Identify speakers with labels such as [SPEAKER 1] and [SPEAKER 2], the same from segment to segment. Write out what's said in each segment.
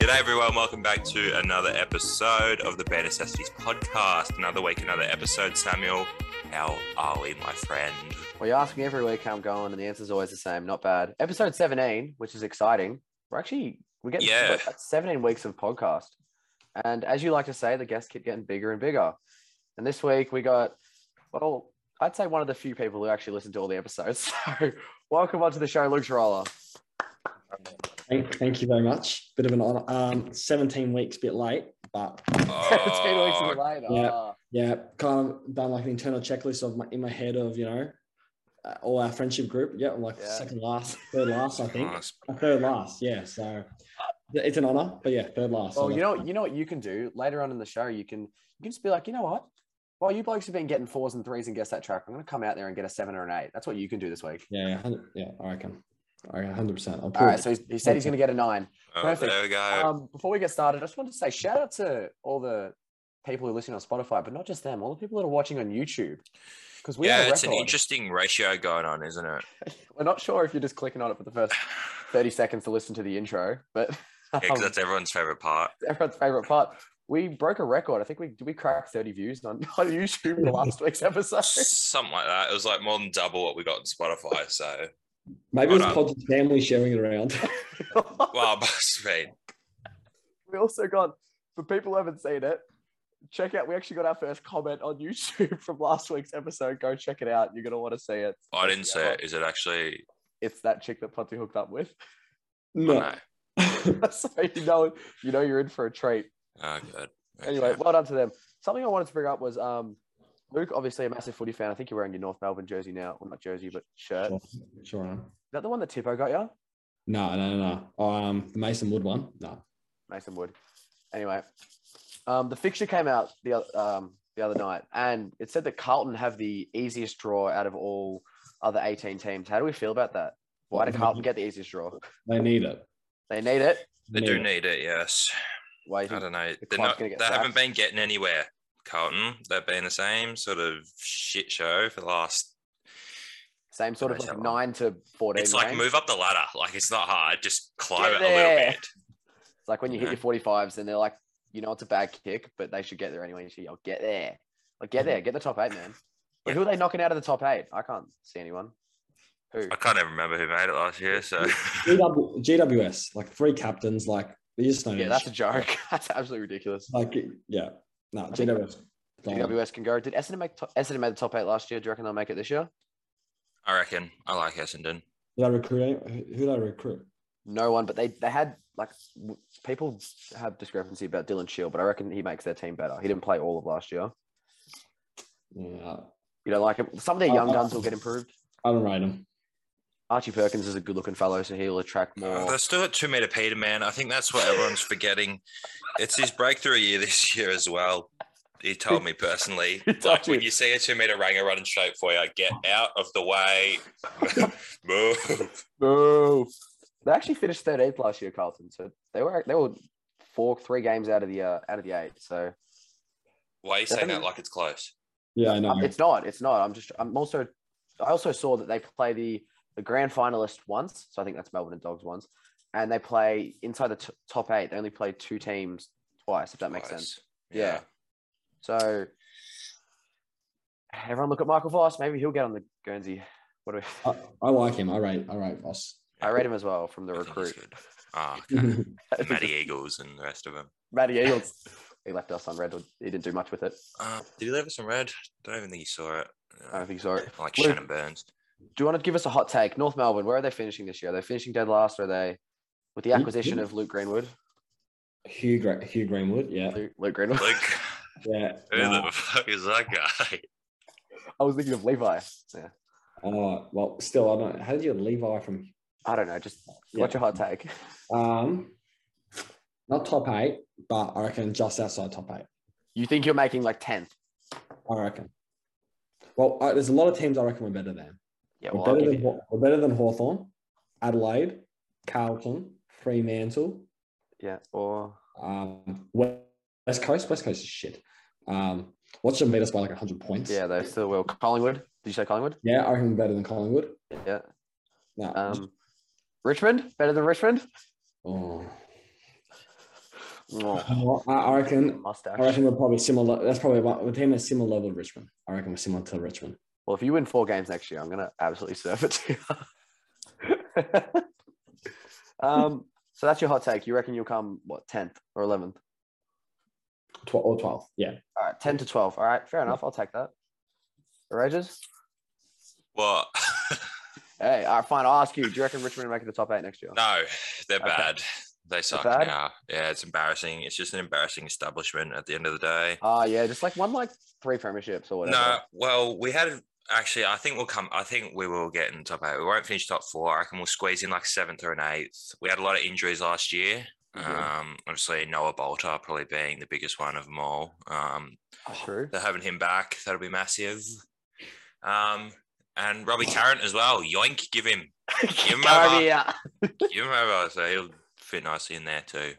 [SPEAKER 1] G'day, everyone. Welcome back to another episode of the Bare Necessities podcast. Another week, another episode. Samuel, how are we, my friend?
[SPEAKER 2] Well, you ask me every week how I'm going, and the answer's always the same. Not bad. Episode 17, which is exciting. We're actually we're getting
[SPEAKER 1] Yeah.
[SPEAKER 2] that's 17 weeks of podcast, and as you like to say, the guests keep getting bigger and bigger. And this week we got, well, I'd say one of the few people who actually listen to all the episodes. So, welcome onto the show, Luke Troller.
[SPEAKER 3] Thank, thank you very much. Bit of an honor. Um, 17 weeks, bit late, but
[SPEAKER 2] 17 weeks
[SPEAKER 1] Oh,
[SPEAKER 2] later.
[SPEAKER 3] yeah. yeah, kind of done like an internal checklist of my in my head of you know, uh, all our friendship group. Yeah, I'm like
[SPEAKER 2] Yeah.
[SPEAKER 3] second last, third last, I think.
[SPEAKER 1] nice.
[SPEAKER 3] Uh, Third last, yeah. So th- it's an honor, but yeah, third last.
[SPEAKER 2] Well,
[SPEAKER 3] So
[SPEAKER 2] you know, you know what you can do later on in the show. You can you can just be like, you know what? Well, you blokes have been getting fours and threes and guess that track. I'm going to come out there and get a seven or an eight. That's what you can do this week.
[SPEAKER 3] yeah, yeah, 100 yeah, I reckon. I reckon 100. percent I'll
[SPEAKER 2] All
[SPEAKER 3] prove
[SPEAKER 2] right.
[SPEAKER 3] it.
[SPEAKER 2] So he's, he said he's going to get a nine.
[SPEAKER 1] Oh,
[SPEAKER 2] Perfect.
[SPEAKER 1] there we go.
[SPEAKER 2] Um, before we get started, I just wanted to say shout out to all the people who listen on Spotify, but not just them, all the people that are watching on YouTube. Because we have
[SPEAKER 1] yeah,
[SPEAKER 2] a
[SPEAKER 1] it's an
[SPEAKER 2] record.
[SPEAKER 1] interesting ratio going on, isn't it?
[SPEAKER 2] We're not sure if you're just clicking on it for the first 30 seconds to listen to the intro, but
[SPEAKER 1] Yeah, because
[SPEAKER 2] um,
[SPEAKER 1] that's everyone's favorite part.
[SPEAKER 2] everyone's favorite part. We broke a record. I think we did we cracked 30 views on, on YouTube in last week's episode.
[SPEAKER 1] Something like that. It was like more than double what we got on Spotify. So,
[SPEAKER 3] Maybe it's
[SPEAKER 1] Hold
[SPEAKER 3] Pod's family sharing it around.
[SPEAKER 1] wow, must be.
[SPEAKER 2] we also got for people who haven't seen it check out we actually got our first comment on youtube from last week's episode go check it out you're going to want to see it
[SPEAKER 1] I didn't see it. Is it actually?
[SPEAKER 2] it's that chick that Ponty hooked up with
[SPEAKER 1] Oh,
[SPEAKER 3] no.
[SPEAKER 1] no.
[SPEAKER 2] so you know you know you're in for a treat
[SPEAKER 1] Oh, good. Okay.
[SPEAKER 2] anyway well done to them something i wanted to bring up was um luke obviously a massive footy fan i think you're wearing your north melbourne jersey now well not jersey but shirt
[SPEAKER 3] Sure,
[SPEAKER 2] is
[SPEAKER 3] sure. I am.
[SPEAKER 2] that the one that tippo got you
[SPEAKER 3] No, no, no, no. Um, the Mason Wood one. No.
[SPEAKER 2] Mason Wood. Anyway, um, the fixture came out the oth- um, the other night, and it said that Carlton have the easiest draw out of all other 18 teams. How do we feel about that? Why did Carlton get the easiest draw?
[SPEAKER 3] They need it.
[SPEAKER 2] They need it.
[SPEAKER 1] they do need it. Yes.
[SPEAKER 2] Why? do
[SPEAKER 1] I
[SPEAKER 2] you think-
[SPEAKER 1] don't know.
[SPEAKER 2] the
[SPEAKER 1] They're
[SPEAKER 2] club's
[SPEAKER 1] not,
[SPEAKER 2] gonna
[SPEAKER 1] they
[SPEAKER 2] get
[SPEAKER 1] haven't
[SPEAKER 2] sacked.
[SPEAKER 1] been getting anywhere, Carlton. They've been the same sort of shit show for the last.
[SPEAKER 2] Same sort of
[SPEAKER 1] Don't
[SPEAKER 2] like
[SPEAKER 1] know.
[SPEAKER 2] nine to 14.
[SPEAKER 1] It's like
[SPEAKER 2] range.
[SPEAKER 1] move up the ladder. Like it's not hard. Just climb
[SPEAKER 2] Get
[SPEAKER 1] it a little
[SPEAKER 2] there.
[SPEAKER 1] bit.
[SPEAKER 2] It's like when you
[SPEAKER 1] Yeah.
[SPEAKER 2] hit your 45s, and they're like, you know, it's a bad kick, but they should get there anyway. You should yell, get there. Like, get there. Get the top eight, man. But
[SPEAKER 1] Yeah.
[SPEAKER 2] who are they knocking out of the top eight? I can't see anyone. Who?
[SPEAKER 1] I can't even remember who made it last year. So
[SPEAKER 3] GW, GWS, like three captains, like they just don't.
[SPEAKER 2] Yeah, that's a joke. That's absolutely ridiculous.
[SPEAKER 3] like yeah, no
[SPEAKER 2] I think-
[SPEAKER 3] GWS. Gone.
[SPEAKER 2] GWS can go. Did Essendon make top, Essendon made the top eight last year? Do you reckon they'll make it this year?
[SPEAKER 1] I reckon I like Essendon.
[SPEAKER 3] Did I recruit? Any, who who did I recruit?
[SPEAKER 2] No one, but they they had like w- people have discrepancy about Dylan Shield, but I reckon he makes their team better. He didn't play all of last year.
[SPEAKER 3] Yeah,
[SPEAKER 2] You don't like him. Some of their young
[SPEAKER 3] Uh, uh,
[SPEAKER 2] guns will get improved.
[SPEAKER 3] I don't rate him.
[SPEAKER 2] Archie Perkins is a good looking fellow, so he'll attract
[SPEAKER 1] Uh,
[SPEAKER 2] more.
[SPEAKER 1] they're still at two meter Peter man. I think that's what everyone's forgetting. It's his breakthrough year this year as well. He told me personally,
[SPEAKER 2] He told
[SPEAKER 1] like when
[SPEAKER 2] you.
[SPEAKER 1] you see a two meter ranger running straight for you, get out of the way, move.
[SPEAKER 2] Boo. They actually finished thirteenth last year, Carlton. So they were they were four three games out of the uh, out of the eight. So
[SPEAKER 1] Why are you saying that like it's close?
[SPEAKER 3] Yeah, I know.
[SPEAKER 2] Um, it's not. It's not. I'm just. I'm also. I also saw that they play the the grand finalist once, so I think that's Melbourne and Dogs once, and they play inside the t- top eight. They only play two teams twice, if that makes
[SPEAKER 1] Close.
[SPEAKER 2] sense. Yeah. So everyone look at Michael Voss. Maybe he'll get on the Guernsey. What do we?
[SPEAKER 3] I, I like him. I rate. I rate Voss.
[SPEAKER 2] I read him as well from the
[SPEAKER 1] I think he's
[SPEAKER 2] recruit,
[SPEAKER 1] good. Ah, okay.
[SPEAKER 3] yeah,
[SPEAKER 1] Matty Eagles and the rest of them.
[SPEAKER 2] Matty Eagles. He left us on red. He didn't do much with it.
[SPEAKER 1] Uh, did he leave us some red? Don't even think he saw it.
[SPEAKER 2] I don't think so.
[SPEAKER 1] I like
[SPEAKER 2] Luke-
[SPEAKER 1] Shannon Burns.
[SPEAKER 2] Do you want to give us a hot take? North Melbourne. Where are they finishing this year? They're finishing dead last. Or are they with the
[SPEAKER 3] Luke
[SPEAKER 2] acquisition of Luke Greenwood?
[SPEAKER 3] Hugh Gra- Hugh Greenwood. Yeah,
[SPEAKER 2] Luke, Luke Greenwood.
[SPEAKER 1] Luke,
[SPEAKER 3] yeah.
[SPEAKER 1] who
[SPEAKER 3] nah.
[SPEAKER 1] the fuck is that guy?
[SPEAKER 2] I was thinking of Levi. Yeah.
[SPEAKER 3] Oh, well, still, I don't. How did you get Levi from?
[SPEAKER 2] I don't know. Just
[SPEAKER 3] Yeah.
[SPEAKER 2] what's your hot take?
[SPEAKER 3] Um, not top eight, but I reckon just outside top eight.
[SPEAKER 2] You think you're making like tenth?
[SPEAKER 3] I reckon. Well, I, there's a lot of teams I reckon we're better than.
[SPEAKER 2] Yeah.
[SPEAKER 3] We're
[SPEAKER 2] Well, I'll
[SPEAKER 3] better,
[SPEAKER 2] give
[SPEAKER 3] than,
[SPEAKER 2] you-
[SPEAKER 3] Haw- we're better than Hawthorn, Adelaide, Carlton, Fremantle,
[SPEAKER 2] yeah. Or
[SPEAKER 3] um, West West Coast. West Coast is shit. Um, what's your beat us by like 100 points?
[SPEAKER 2] yeah, they still will. Collingwood. Did you say Collingwood?
[SPEAKER 3] Yeah, I reckon we're better than Collingwood.
[SPEAKER 2] Yeah.
[SPEAKER 3] No.
[SPEAKER 2] Um, Richmond better than Richmond.
[SPEAKER 3] oh.
[SPEAKER 2] Oh,
[SPEAKER 3] Well, I, I reckon. I
[SPEAKER 2] mustache.
[SPEAKER 3] reckon we're probably similar. That's probably about the team is similar level to Richmond. I reckon we're similar to Richmond.
[SPEAKER 2] Well, if you win four games next year, I'm gonna absolutely serve it to you. um, so that's your hot take. You reckon you'll come what tenth or eleventh?
[SPEAKER 3] Twelve or twelve. Yeah.
[SPEAKER 2] All right, ten to twelve. All right, fair enough. I'll take that. Regis?
[SPEAKER 1] Well,
[SPEAKER 2] Hey, all right, fine. I'll ask you. Do you reckon Richmond will make it the top eight next year?
[SPEAKER 1] no, they're
[SPEAKER 2] Okay.
[SPEAKER 1] bad. They suck
[SPEAKER 2] bad?
[SPEAKER 1] now. Yeah, it's embarrassing. It's just an embarrassing establishment at the end of the day.
[SPEAKER 2] Ah, yeah, just like one like three premierships or whatever.
[SPEAKER 1] No, well, we had actually. I think we'll come. I think we will get in top eight. We won't finish top four. I reckon we'll squeeze in like seventh or an eighth. We had a lot of injuries last year.
[SPEAKER 2] Mhm.
[SPEAKER 1] Um, obviously Noah Bolter probably being the biggest one of them all. Um,
[SPEAKER 2] True.
[SPEAKER 1] they're having him back. That'll be massive. Um, and Robbie Carrant as well. Yoink, give him, give him
[SPEAKER 2] Cardi,
[SPEAKER 1] over,
[SPEAKER 2] yeah.
[SPEAKER 1] give him over. So he'll fit nicely in there too.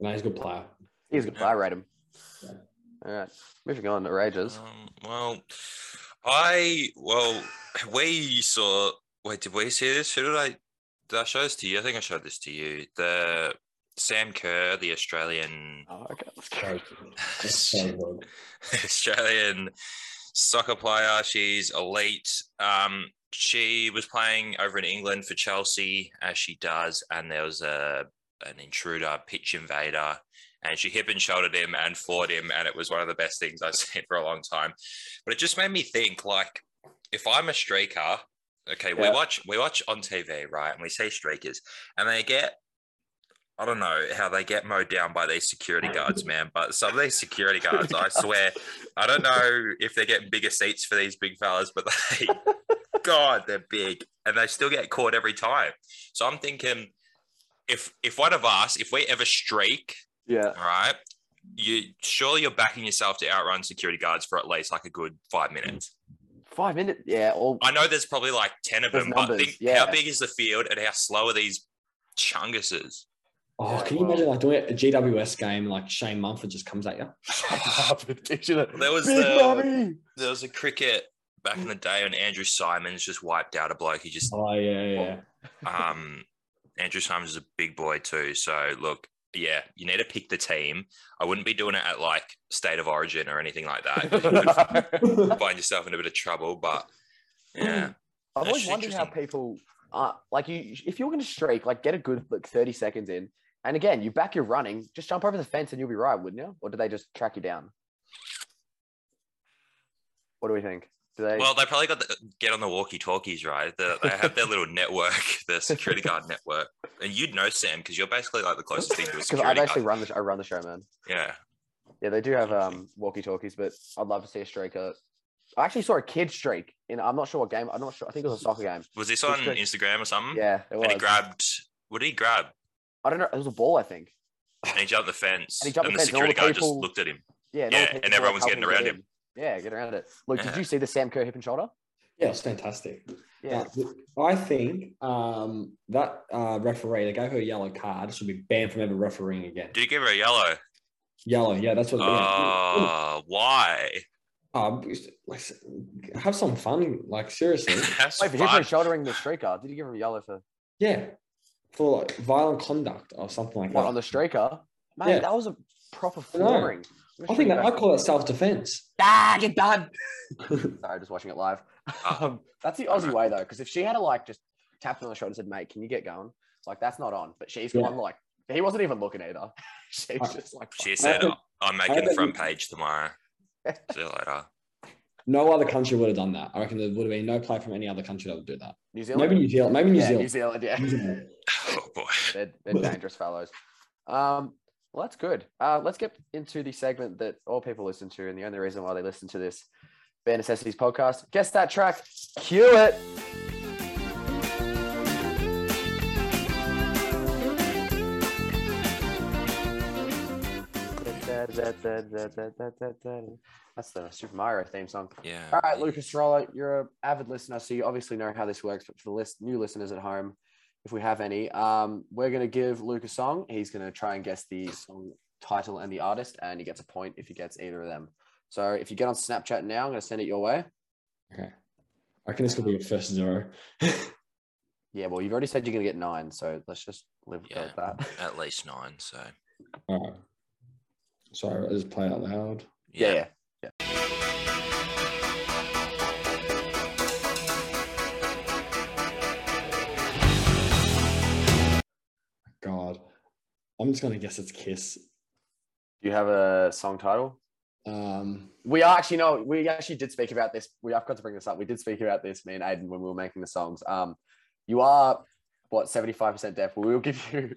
[SPEAKER 3] No, he's a good player.
[SPEAKER 2] He's good. I rate him.
[SPEAKER 3] Yeah.
[SPEAKER 2] All right, moving on to Rages.
[SPEAKER 1] Um, well, I well, we saw. Wait, did we see this? Who did I? Did I show this to you? I think I showed this to you. The Sam Kerr, the Australian
[SPEAKER 2] Oh, okay. Let's go.
[SPEAKER 3] Very good. That's very good.
[SPEAKER 1] Australian soccer player. She's elite. Um, she was playing over in England for Chelsea, as she does, and there was a an intruder, pitch invader, and she hip and shouldered him and floored him, and it was one of the best things I've seen for a long time. But it just made me think, like, if I'm a streaker, okay, we
[SPEAKER 2] Yeah.
[SPEAKER 1] watch we watch on TV, right, and we see streakers, and they get I don't know how they get mowed down by these security guards, man. But some of these security guards, I swear, I don't know if they're getting bigger seats for these big fellas, but they, God, they're big, and they still get caught every time. So I'm thinking, if if one of us, if we ever streak,
[SPEAKER 2] Yeah.
[SPEAKER 1] all right, you surely you're backing yourself to outrun security guards for at least like a good five minutes.
[SPEAKER 2] Five minutes. Yeah. All
[SPEAKER 1] I know there's probably like ten of
[SPEAKER 2] There's
[SPEAKER 1] them, but
[SPEAKER 2] numbers,
[SPEAKER 1] think
[SPEAKER 2] yeah.
[SPEAKER 1] how big is the field and how slow are these chunguses?
[SPEAKER 3] Oh, can you imagine like doing a GWS game like Shane Mumford just comes at you?
[SPEAKER 1] There
[SPEAKER 2] there
[SPEAKER 1] was
[SPEAKER 2] Big
[SPEAKER 1] the-
[SPEAKER 2] Mummy!
[SPEAKER 1] there was a cricket back in the day when Andrew Simons just wiped out a bloke. He just
[SPEAKER 3] Oh yeah, yeah, yeah.
[SPEAKER 1] um Andrew Simons is a big boy too. So look, yeah, you need to pick the team. I wouldn't be doing it at like state of origin or anything like that. You could find yourself in a bit of trouble, but yeah.
[SPEAKER 2] I've always
[SPEAKER 1] That's
[SPEAKER 2] wondered how
[SPEAKER 1] interesting.
[SPEAKER 2] people are like you. If you're going to streak, like get a good like thirty seconds in, and again you back your running, just jump over the fence and you'll be right, wouldn't you? Or do they just track you down? What do we think? Do they?
[SPEAKER 1] Well, they probably got the get on the walkie-talkies, right? The, they have their little network, the security guard network, and you'd know Sam because you're basically like the closest thing to a
[SPEAKER 2] because I
[SPEAKER 1] security
[SPEAKER 2] actually
[SPEAKER 1] guard.
[SPEAKER 2] run the sh- I run the show, man.
[SPEAKER 1] Yeah,
[SPEAKER 2] Yeah, they do have um walkie talkies, but I'd love to see a streaker. I actually saw a kid streak in. I'm not sure what game. I'm not sure. I think it was a soccer game.
[SPEAKER 1] was this on
[SPEAKER 2] Good.
[SPEAKER 1] Instagram or something?
[SPEAKER 2] Yeah, it
[SPEAKER 1] and he
[SPEAKER 2] was.
[SPEAKER 1] grabbed. What did he grab?
[SPEAKER 2] I don't know. It was a ball, I think.
[SPEAKER 1] and he jumped the fence, and,
[SPEAKER 2] And he jumped the
[SPEAKER 1] the,
[SPEAKER 2] fence, and all
[SPEAKER 1] security
[SPEAKER 2] the
[SPEAKER 1] guard just
[SPEAKER 2] people-
[SPEAKER 1] looked at him.
[SPEAKER 2] Yeah. and
[SPEAKER 1] Yeah,
[SPEAKER 2] all the
[SPEAKER 1] and
[SPEAKER 2] people were,
[SPEAKER 1] everyone was
[SPEAKER 2] helping
[SPEAKER 1] getting around
[SPEAKER 2] get
[SPEAKER 1] him.
[SPEAKER 2] in. Yeah, get around it. Look, did
[SPEAKER 1] Yeah.
[SPEAKER 2] you see the Sam Kerr hip and shoulder?
[SPEAKER 3] Yeah, it's fantastic.
[SPEAKER 2] Yeah.
[SPEAKER 3] Now, Uh, I think um, that uh, referee that gave her a yellow card should be banned from ever refereeing again.
[SPEAKER 1] Did he give her a yellow?
[SPEAKER 3] Yellow, yeah, that's what. yeah.
[SPEAKER 1] Oh, why?
[SPEAKER 3] Uh, like, have some fun, like seriously.
[SPEAKER 1] That's
[SPEAKER 2] Wait, for hip
[SPEAKER 1] fun.
[SPEAKER 2] and shouldering the streaker. Did you give him a yellow for
[SPEAKER 3] yeah, for like violent conduct or something like
[SPEAKER 2] what
[SPEAKER 3] that.
[SPEAKER 2] on the streaker? Man,
[SPEAKER 3] Yeah.
[SPEAKER 2] that was a proper
[SPEAKER 3] I know.
[SPEAKER 2] flooring.
[SPEAKER 3] I think that I call it self defense.
[SPEAKER 2] ah, get done. Sorry, just watching it live.
[SPEAKER 1] Oh.
[SPEAKER 2] Um, that's the Aussie
[SPEAKER 1] Alright.
[SPEAKER 2] way though, because if she had a like just tapped him on the shoulder and said, "Mate, can you get going?" Like that's not on, but she's
[SPEAKER 3] Yeah.
[SPEAKER 2] gone like he wasn't even looking either. she's
[SPEAKER 3] Alright.
[SPEAKER 2] just like
[SPEAKER 1] She
[SPEAKER 2] "Fuck."
[SPEAKER 1] said, uh,
[SPEAKER 3] bet-
[SPEAKER 1] "I'm
[SPEAKER 3] I
[SPEAKER 1] making the
[SPEAKER 3] bet
[SPEAKER 1] front
[SPEAKER 3] you-
[SPEAKER 1] page tomorrow." See you later.
[SPEAKER 3] No other country would have done that. I reckon there would have been no player from any other country that would do that.
[SPEAKER 2] New Zealand.
[SPEAKER 3] Maybe New Zealand. Maybe New
[SPEAKER 2] yeah, New Zealand.
[SPEAKER 3] Zealand.
[SPEAKER 2] Yeah,
[SPEAKER 3] New Zealand.
[SPEAKER 1] Oh boy.
[SPEAKER 2] they're, they're dangerous fellows. Um, well, that's good. Uh, let's get into the segment that all people listen to, and the only reason why they listen to this Bare Necessities podcast. Guess that track. Cue it. That's the Super Mario theme song.
[SPEAKER 1] Yeah.
[SPEAKER 2] All right, Lucas Rolla, you're an avid listener, so you obviously know how this works. But for the list, new listeners at home, if we have any, um, we're going to give Luke a song. He's going to try and guess the song title and the artist, and he gets a point if he gets either of them. So if you get on Snapchat now, I'm going to send it your way.
[SPEAKER 3] Okay. I reckon this could be your first zero.
[SPEAKER 2] Yeah, well, you've already said you're going to get nine, so let's just live
[SPEAKER 1] Yeah.
[SPEAKER 2] with that.
[SPEAKER 1] At least nine. So
[SPEAKER 3] All right. Sorry, I just play out loud.
[SPEAKER 2] Yeah, yeah.
[SPEAKER 3] God, I'm just gonna guess it's Kiss.
[SPEAKER 2] Do you have a song title?
[SPEAKER 3] Um,
[SPEAKER 2] We are actually no, we actually did speak about this. We I've got to bring this up. We did speak about this, me and Aiden, when we were making the songs. Um, you are what seventy five percent deaf. We will give you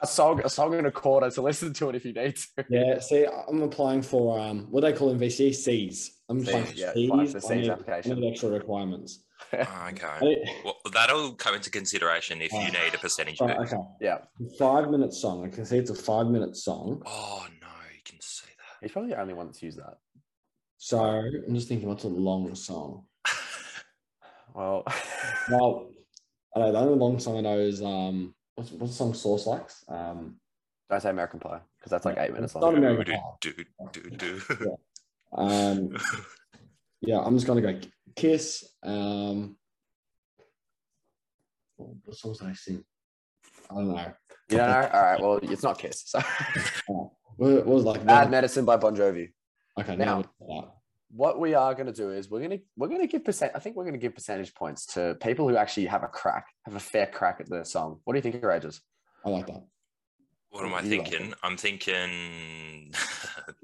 [SPEAKER 2] a song, a song and a quarter to listen to it if you need to.
[SPEAKER 3] yeah. See, I'm applying for um, what do they call them VC C's. I'm
[SPEAKER 2] Cs,
[SPEAKER 3] applying for
[SPEAKER 2] yeah,
[SPEAKER 3] Cs.
[SPEAKER 2] apply for Cs
[SPEAKER 3] I need,
[SPEAKER 2] application.
[SPEAKER 3] I need extra requirements.
[SPEAKER 1] Oh,
[SPEAKER 3] I
[SPEAKER 1] okay.
[SPEAKER 3] need-
[SPEAKER 1] Well, that'll come into consideration if you need a percentage
[SPEAKER 3] Right,
[SPEAKER 1] boost.
[SPEAKER 3] okay.
[SPEAKER 2] Yeah,
[SPEAKER 3] Five minute song. I can see it's a five minute song.
[SPEAKER 1] Oh no, you can see that.
[SPEAKER 2] he's probably the only one that's used that.
[SPEAKER 3] So I'm just thinking, what's a long song?
[SPEAKER 2] Well,
[SPEAKER 3] Well, I know the only long song I know is um, what's what's the song Source likes? Um,
[SPEAKER 2] don't say American Pie because that's like eight minutes
[SPEAKER 3] It's
[SPEAKER 2] long.
[SPEAKER 3] not American Pie.
[SPEAKER 1] do do do. do.
[SPEAKER 3] Um, yeah, I'm just gonna go Kiss. Um, what songs did I sing? I don't know.
[SPEAKER 2] You don't know? All right. Well, it's not Kiss. So.
[SPEAKER 3] Uh, What, what was like?
[SPEAKER 2] Bad Medicine by Bon Jovi.
[SPEAKER 3] okay,
[SPEAKER 2] now.
[SPEAKER 3] now. now
[SPEAKER 2] What we are going to do is we're going to we're going to give percent. I think we're going to give percentage points to people who actually have a crack, have a fair crack at the song. What do you think, Rages?
[SPEAKER 3] I like that.
[SPEAKER 1] What am I
[SPEAKER 3] You like it.
[SPEAKER 1] thinking? I'm thinking.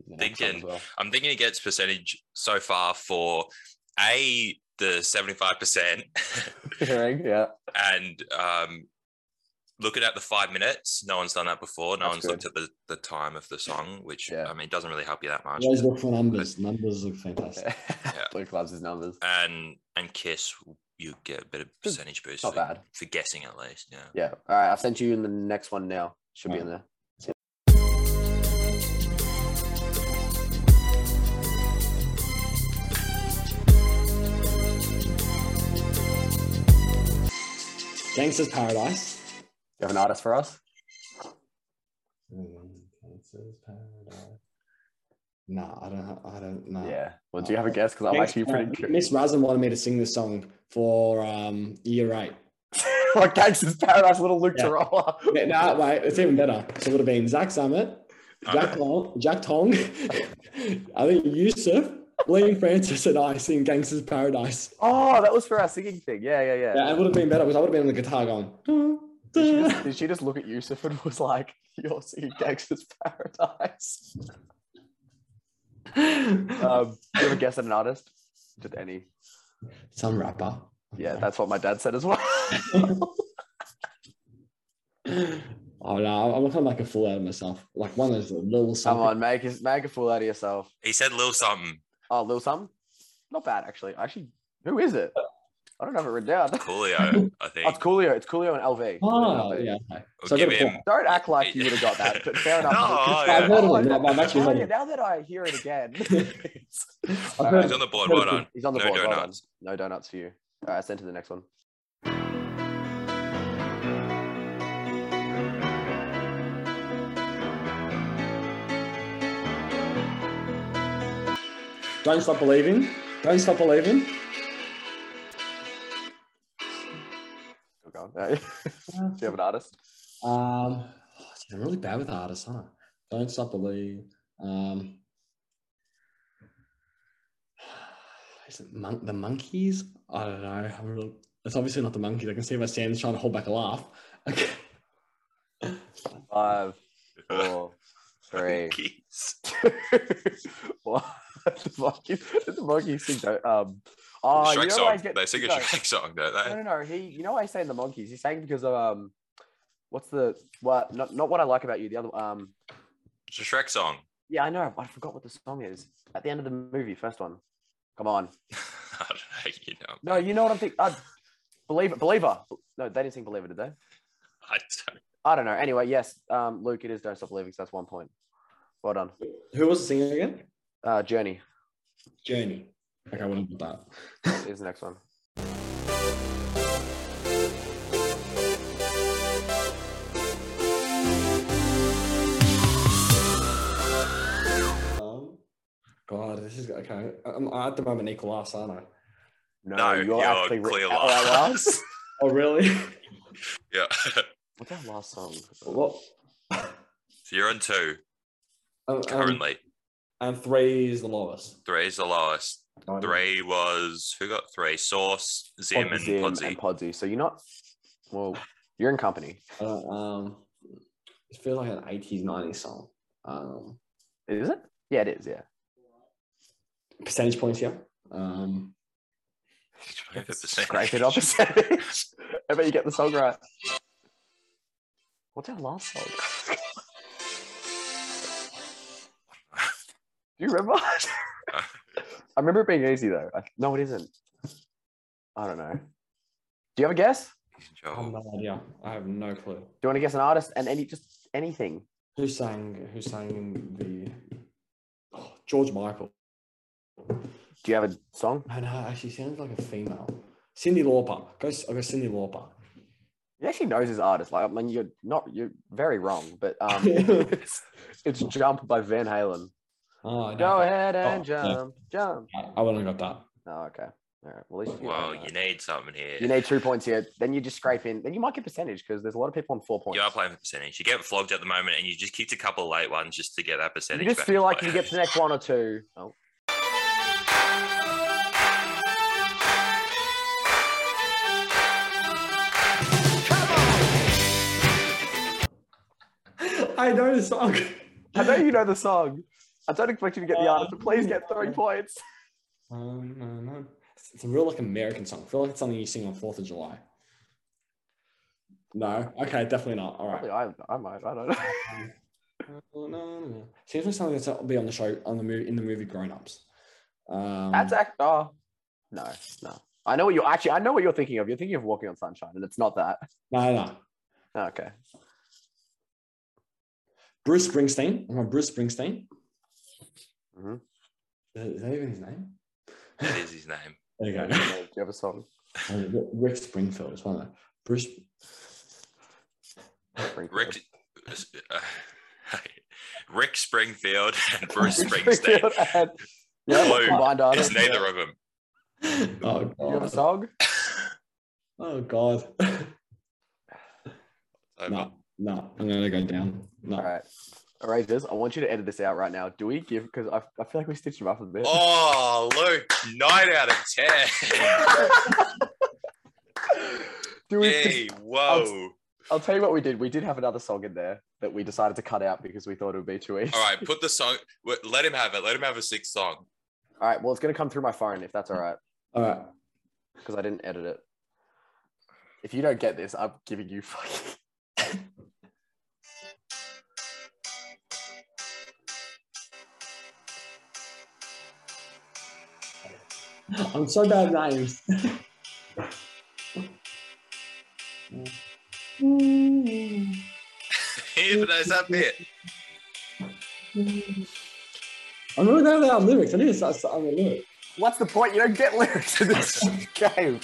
[SPEAKER 2] Yeah,
[SPEAKER 1] Thinking.
[SPEAKER 2] as well.
[SPEAKER 1] I'm thinking it gets percentage so far for a the 75 percent
[SPEAKER 2] Hearing, yeah.
[SPEAKER 1] and um, looking at the five minutes. No one's done that before. No
[SPEAKER 2] That's
[SPEAKER 1] one's looked at the, the time of the song, which
[SPEAKER 2] Yeah.
[SPEAKER 1] I mean doesn't really help you that much.
[SPEAKER 3] Always look for numbers. Numbers are fantastic.
[SPEAKER 2] Blue Clubs is numbers.
[SPEAKER 1] And and Kiss, you get a bit of percentage boost
[SPEAKER 2] Not
[SPEAKER 1] for,
[SPEAKER 2] bad.
[SPEAKER 1] for guessing at least. Yeah.
[SPEAKER 2] Yeah. All right. I've sent you in the next one now. Should be in there.
[SPEAKER 3] Gangster's Paradise.
[SPEAKER 2] You have an artist for us?
[SPEAKER 3] Gangster's Paradise. Nah, I don't. ha- I don't know.
[SPEAKER 2] Yeah. Well, do you have a guess? Because I'm actually pretty curious.
[SPEAKER 3] Miss Razin wanted me to sing this song for um, year eight.
[SPEAKER 2] like Gangsta's Oh, Paradise, Little Luke
[SPEAKER 3] Yeah.
[SPEAKER 2] Tarola.
[SPEAKER 3] No, nah, wait, it's even better. So it would have been Zach Summit,
[SPEAKER 1] Uh-huh.
[SPEAKER 3] Jack Long, Jack Tong, I think Yusuf, Liam Francis, and I sing Gangster's Paradise.
[SPEAKER 2] Oh, that was for our singing thing. Yeah, yeah, yeah.
[SPEAKER 3] Yeah, it would have been better because I would have been on the guitar going. "Dun,
[SPEAKER 2] Did she,
[SPEAKER 3] dun."
[SPEAKER 2] just, did she just look at Yusuf and was like, "You're seeing Gangster's Paradise"? um, do you ever guess at an artist? Just any?
[SPEAKER 3] Some rapper.
[SPEAKER 2] Yeah, that's what my dad said as well.
[SPEAKER 3] Oh no, I'm looking like a fool out of myself. Like one of those little
[SPEAKER 2] Come
[SPEAKER 3] songs.
[SPEAKER 2] on, make us- make a fool out of yourself.
[SPEAKER 1] He said little something.
[SPEAKER 2] Oh, Lil Sum, not bad actually. Actually, who is it? I don't have it written down. Oh,
[SPEAKER 1] Coolio, I think.
[SPEAKER 2] it's Coolio. It's Coolio and LV.
[SPEAKER 3] Oh yeah. okay.
[SPEAKER 1] We'll
[SPEAKER 3] So I
[SPEAKER 1] give
[SPEAKER 3] got a point.
[SPEAKER 1] him.
[SPEAKER 2] Don't act like you would have got that, but fair enough.
[SPEAKER 1] No,
[SPEAKER 2] Because-
[SPEAKER 1] yeah.
[SPEAKER 3] I've heard of him. I've actually
[SPEAKER 2] Now
[SPEAKER 3] heard
[SPEAKER 2] that-
[SPEAKER 3] of him.
[SPEAKER 2] now that I hear it again,
[SPEAKER 3] I've heard
[SPEAKER 1] He's on the board. Well done.
[SPEAKER 2] He's on the
[SPEAKER 1] No
[SPEAKER 2] board. Well done.
[SPEAKER 1] donuts.
[SPEAKER 2] No donuts for you. All right, send to the next one.
[SPEAKER 3] Don't stop believing. Don't stop believing.
[SPEAKER 2] Still going. Uh, Do you have an artist?
[SPEAKER 3] Um, see, I'm really bad with artists, huh? Don't stop believing. Um, is it mon- the monkeys? I don't know. I'm real- it's obviously not the monkeys. I can see my Sam's trying to hold back a laugh. Okay.
[SPEAKER 2] Five, four, three,
[SPEAKER 1] Monkeys.
[SPEAKER 2] two, one. The monkey, the monkey sing don't- um. Oh, you
[SPEAKER 1] Shrek
[SPEAKER 2] know
[SPEAKER 1] song.
[SPEAKER 2] I get,
[SPEAKER 1] they sing a
[SPEAKER 2] no,
[SPEAKER 1] Shrek song, don't
[SPEAKER 2] No,
[SPEAKER 1] they?
[SPEAKER 2] no, no. He, you know, why I say in the monkeys. He sang because of um, what's the what? Not, not what I like about you. The other um,
[SPEAKER 1] It's a Shrek song.
[SPEAKER 2] yeah, I know. I forgot what the song is. At the end of the movie, first one. Come on.
[SPEAKER 1] I don't know. You know.
[SPEAKER 2] No, you know what I'm thinking. Uh, believer, believer. No, they didn't sing believer, did they?
[SPEAKER 1] I don't.
[SPEAKER 2] I don't know. Anyway, yes, um, Luke, it is Don't Stop Believing. So that's one point. Well done.
[SPEAKER 3] Who was the singer again?
[SPEAKER 2] Uh, Journey
[SPEAKER 3] Journey. Okay, I wouldn't put that.
[SPEAKER 2] is the next one.
[SPEAKER 3] Um, God, this is okay. I'm at the moment equal ass, aren't I?
[SPEAKER 2] No,
[SPEAKER 1] No,
[SPEAKER 2] you're,
[SPEAKER 1] you're
[SPEAKER 2] actually
[SPEAKER 1] clear
[SPEAKER 2] out loud.
[SPEAKER 1] loss.
[SPEAKER 3] Oh, really?
[SPEAKER 1] Yeah.
[SPEAKER 2] What's our last song?
[SPEAKER 3] what?
[SPEAKER 1] So you're on two
[SPEAKER 3] Um, um,
[SPEAKER 1] currently.
[SPEAKER 3] and three is the lowest.
[SPEAKER 1] Three is the lowest. Three was who got three? Source, Zim, and
[SPEAKER 2] Zim
[SPEAKER 1] Podsy.
[SPEAKER 2] and Podsy. So you're not. Well, you're in company.
[SPEAKER 3] I don't- um, it feels like an 80s, 90s song. Um,
[SPEAKER 2] Is it? Yeah, it is. Yeah.
[SPEAKER 3] percentage points, yeah. Um,
[SPEAKER 1] 25%.
[SPEAKER 2] Scrape it off a percentage. I bet you get the song right. What's our last song? Do you remember?
[SPEAKER 1] Uh,
[SPEAKER 2] I remember it being easy though. I, no, it isn't. I don't know. Do you have a guess? Do
[SPEAKER 1] He's in
[SPEAKER 3] I have
[SPEAKER 1] trouble.
[SPEAKER 3] no idea. I have no clue.
[SPEAKER 2] you want to guess an artist and any just anything?
[SPEAKER 3] Who sang? Who sang the? Oh, George Michael.
[SPEAKER 2] Do you have a song?
[SPEAKER 3] I know. Actually, sounds like a female. Cindy Lauper. Go. s- I'll go Cindy Lauper.
[SPEAKER 2] He actually knows his artist. Like, I mean, you're not you're very wrong, but um, it's, it's "Jump" by Van Halen.
[SPEAKER 3] oh, I know.
[SPEAKER 2] Go ahead and
[SPEAKER 3] Oh,
[SPEAKER 2] jump, jump.
[SPEAKER 3] I, I wouldn't have got
[SPEAKER 2] Oh, okay. All right. Well, at least you,
[SPEAKER 1] Well,
[SPEAKER 2] you,
[SPEAKER 1] you need something here.
[SPEAKER 2] Oh you need two points here. Then you just scrape in. Then you might get percentage because there's a lot of people on four points.
[SPEAKER 1] You are playing for percentage. You get flogged at the moment, and you just kicked a couple of late ones just to get that
[SPEAKER 2] You
[SPEAKER 1] percentage.
[SPEAKER 2] just
[SPEAKER 1] back
[SPEAKER 2] feel
[SPEAKER 1] in
[SPEAKER 2] like
[SPEAKER 1] play.
[SPEAKER 2] you get to the next one or two. Oh.
[SPEAKER 3] that. I know the song.
[SPEAKER 2] I know you know the song. I don't expect you to get the
[SPEAKER 3] Uh,
[SPEAKER 2] answer. Please get three points.
[SPEAKER 3] Um, no, no. It's, it's a real like American song. I feel like it's something you sing on Fourth of July. No. Okay. Definitely not. All right.
[SPEAKER 2] Probably I, I might. I don't know.
[SPEAKER 3] Oh, no, no, no. Seems like something that'll be on the show on the movie in the movie Grown Ups. Um,
[SPEAKER 2] That's act. Oh. No, no. I know what you're actually. I know what you're thinking of. You're thinking of Walking on Sunshine, and it's not that. Oh,
[SPEAKER 3] no, no.
[SPEAKER 2] Okay.
[SPEAKER 3] Bruce Springsteen. I'm on Bruce Springsteen.
[SPEAKER 2] Mhm.
[SPEAKER 3] Is, is that even his name?
[SPEAKER 1] That is his name.
[SPEAKER 3] There you
[SPEAKER 2] Do you have a song?
[SPEAKER 3] go. Rick Springfield is one of them. Bruce.
[SPEAKER 1] Rick, uh, Rick Springfield and Bruce Springsteen.
[SPEAKER 2] and- yeah,
[SPEAKER 1] Blue
[SPEAKER 2] combined
[SPEAKER 1] It's
[SPEAKER 2] artist.
[SPEAKER 1] neither of them.
[SPEAKER 3] Oh
[SPEAKER 2] Do you have a
[SPEAKER 3] god.
[SPEAKER 2] song?
[SPEAKER 3] Oh god.
[SPEAKER 1] Over.
[SPEAKER 3] no, no. I'm gonna go down. No.
[SPEAKER 2] All right. All right, Viz, I want you to edit this out right now. Do we give, because I, I feel like we stitched him up a bit.
[SPEAKER 1] Oh, Luke, nine out of ten.
[SPEAKER 2] Do we,
[SPEAKER 1] Hey, whoa.
[SPEAKER 2] I'll tell you what we did. We did have another song in there that we decided to cut out because we thought it would be too easy.
[SPEAKER 1] All right, put the song. w- Let him have it. Let him have a sixth song.
[SPEAKER 2] All right, well, it's going to come through my phone if that's all right,
[SPEAKER 3] All right.
[SPEAKER 2] because I didn't edit it. If you don't get this, I'm giving you fucking.
[SPEAKER 3] I'm so bad at names.
[SPEAKER 1] Even though that bit.
[SPEAKER 3] I'm really bad at lyrics. I need to start starting the lyrics.
[SPEAKER 2] What's the point? You don't get lyrics in this game.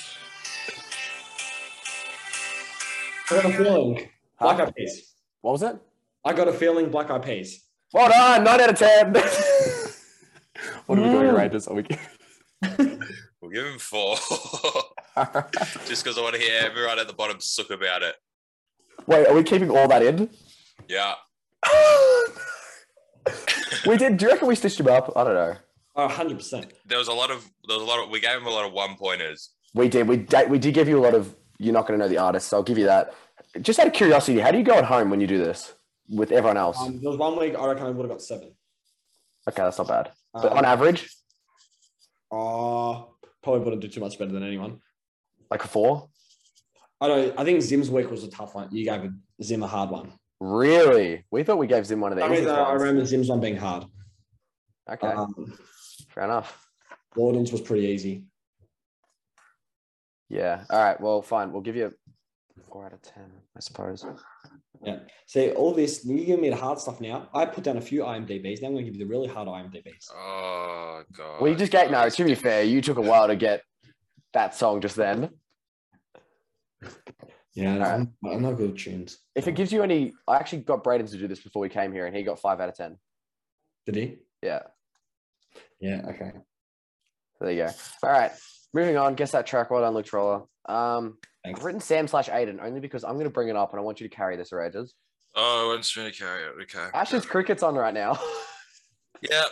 [SPEAKER 3] I got a feeling. Black Eyed Peas.
[SPEAKER 2] What was it?
[SPEAKER 3] I got a feeling Black Eyed Peas.
[SPEAKER 2] Well done, 9 out of 10. what are we doing,
[SPEAKER 3] Mm.
[SPEAKER 2] Rangers? Are we...
[SPEAKER 1] We'll give him four. Just because I want to hear everyone at the bottom suck about it.
[SPEAKER 2] Wait, are we keeping all that in?
[SPEAKER 1] Yeah.
[SPEAKER 2] we did. Do you reckon we stitched him up? I don't know.
[SPEAKER 3] Oh, 100%.
[SPEAKER 1] There was a lot of there was a lot of we gave him a lot of one pointers.
[SPEAKER 2] We did. We did, we did give you a lot of. You're not going to know the artist, so I'll give you that. Just out of curiosity, how do you go at home when you do this with everyone else?
[SPEAKER 3] Um, there was one week I reckon I would have got seven.
[SPEAKER 2] okay, that's not bad. But on
[SPEAKER 3] Um,
[SPEAKER 2] average,
[SPEAKER 3] uh, probably wouldn't do too much better than anyone.
[SPEAKER 2] like a four.
[SPEAKER 3] I don't. I think Zim's week was a tough one. You gave Zim a hard one.
[SPEAKER 2] Really? We thought we gave Zim one of the
[SPEAKER 3] I, mean,
[SPEAKER 2] easiest
[SPEAKER 3] uh, I
[SPEAKER 2] ones.
[SPEAKER 3] remember Zim's one being hard.
[SPEAKER 2] Okay,
[SPEAKER 3] Um,
[SPEAKER 2] fair enough.
[SPEAKER 3] Gordon's was pretty easy.
[SPEAKER 2] Yeah. All right. Well, fine. We'll give you a four out of ten, I suppose.
[SPEAKER 3] See, all this, you give me the hard stuff now. I put down a few IMDBs. Now I'm going to give you the really hard IMDBs.
[SPEAKER 1] Oh god.
[SPEAKER 2] Well, you just get no. To be fair, you took a while to get that song just then.
[SPEAKER 3] Yeah,
[SPEAKER 2] All
[SPEAKER 3] I'm, I'm not good with tunes.
[SPEAKER 2] If it gives you any, I actually got Braden to do this before we came here, and he got five out of ten.
[SPEAKER 3] Did he?
[SPEAKER 2] Yeah.
[SPEAKER 3] Yeah, okay.
[SPEAKER 2] There you go. All right. Moving on. Guess that track. Well done, Luke Troller. Um,
[SPEAKER 3] Thanks.
[SPEAKER 2] I've written Sam slash Aiden only because I'm going to bring it up and I want you to carry this, Rages.
[SPEAKER 1] Oh, and Serena Carrier. Okay.
[SPEAKER 2] Ash's cricket's on right now.
[SPEAKER 1] Yep.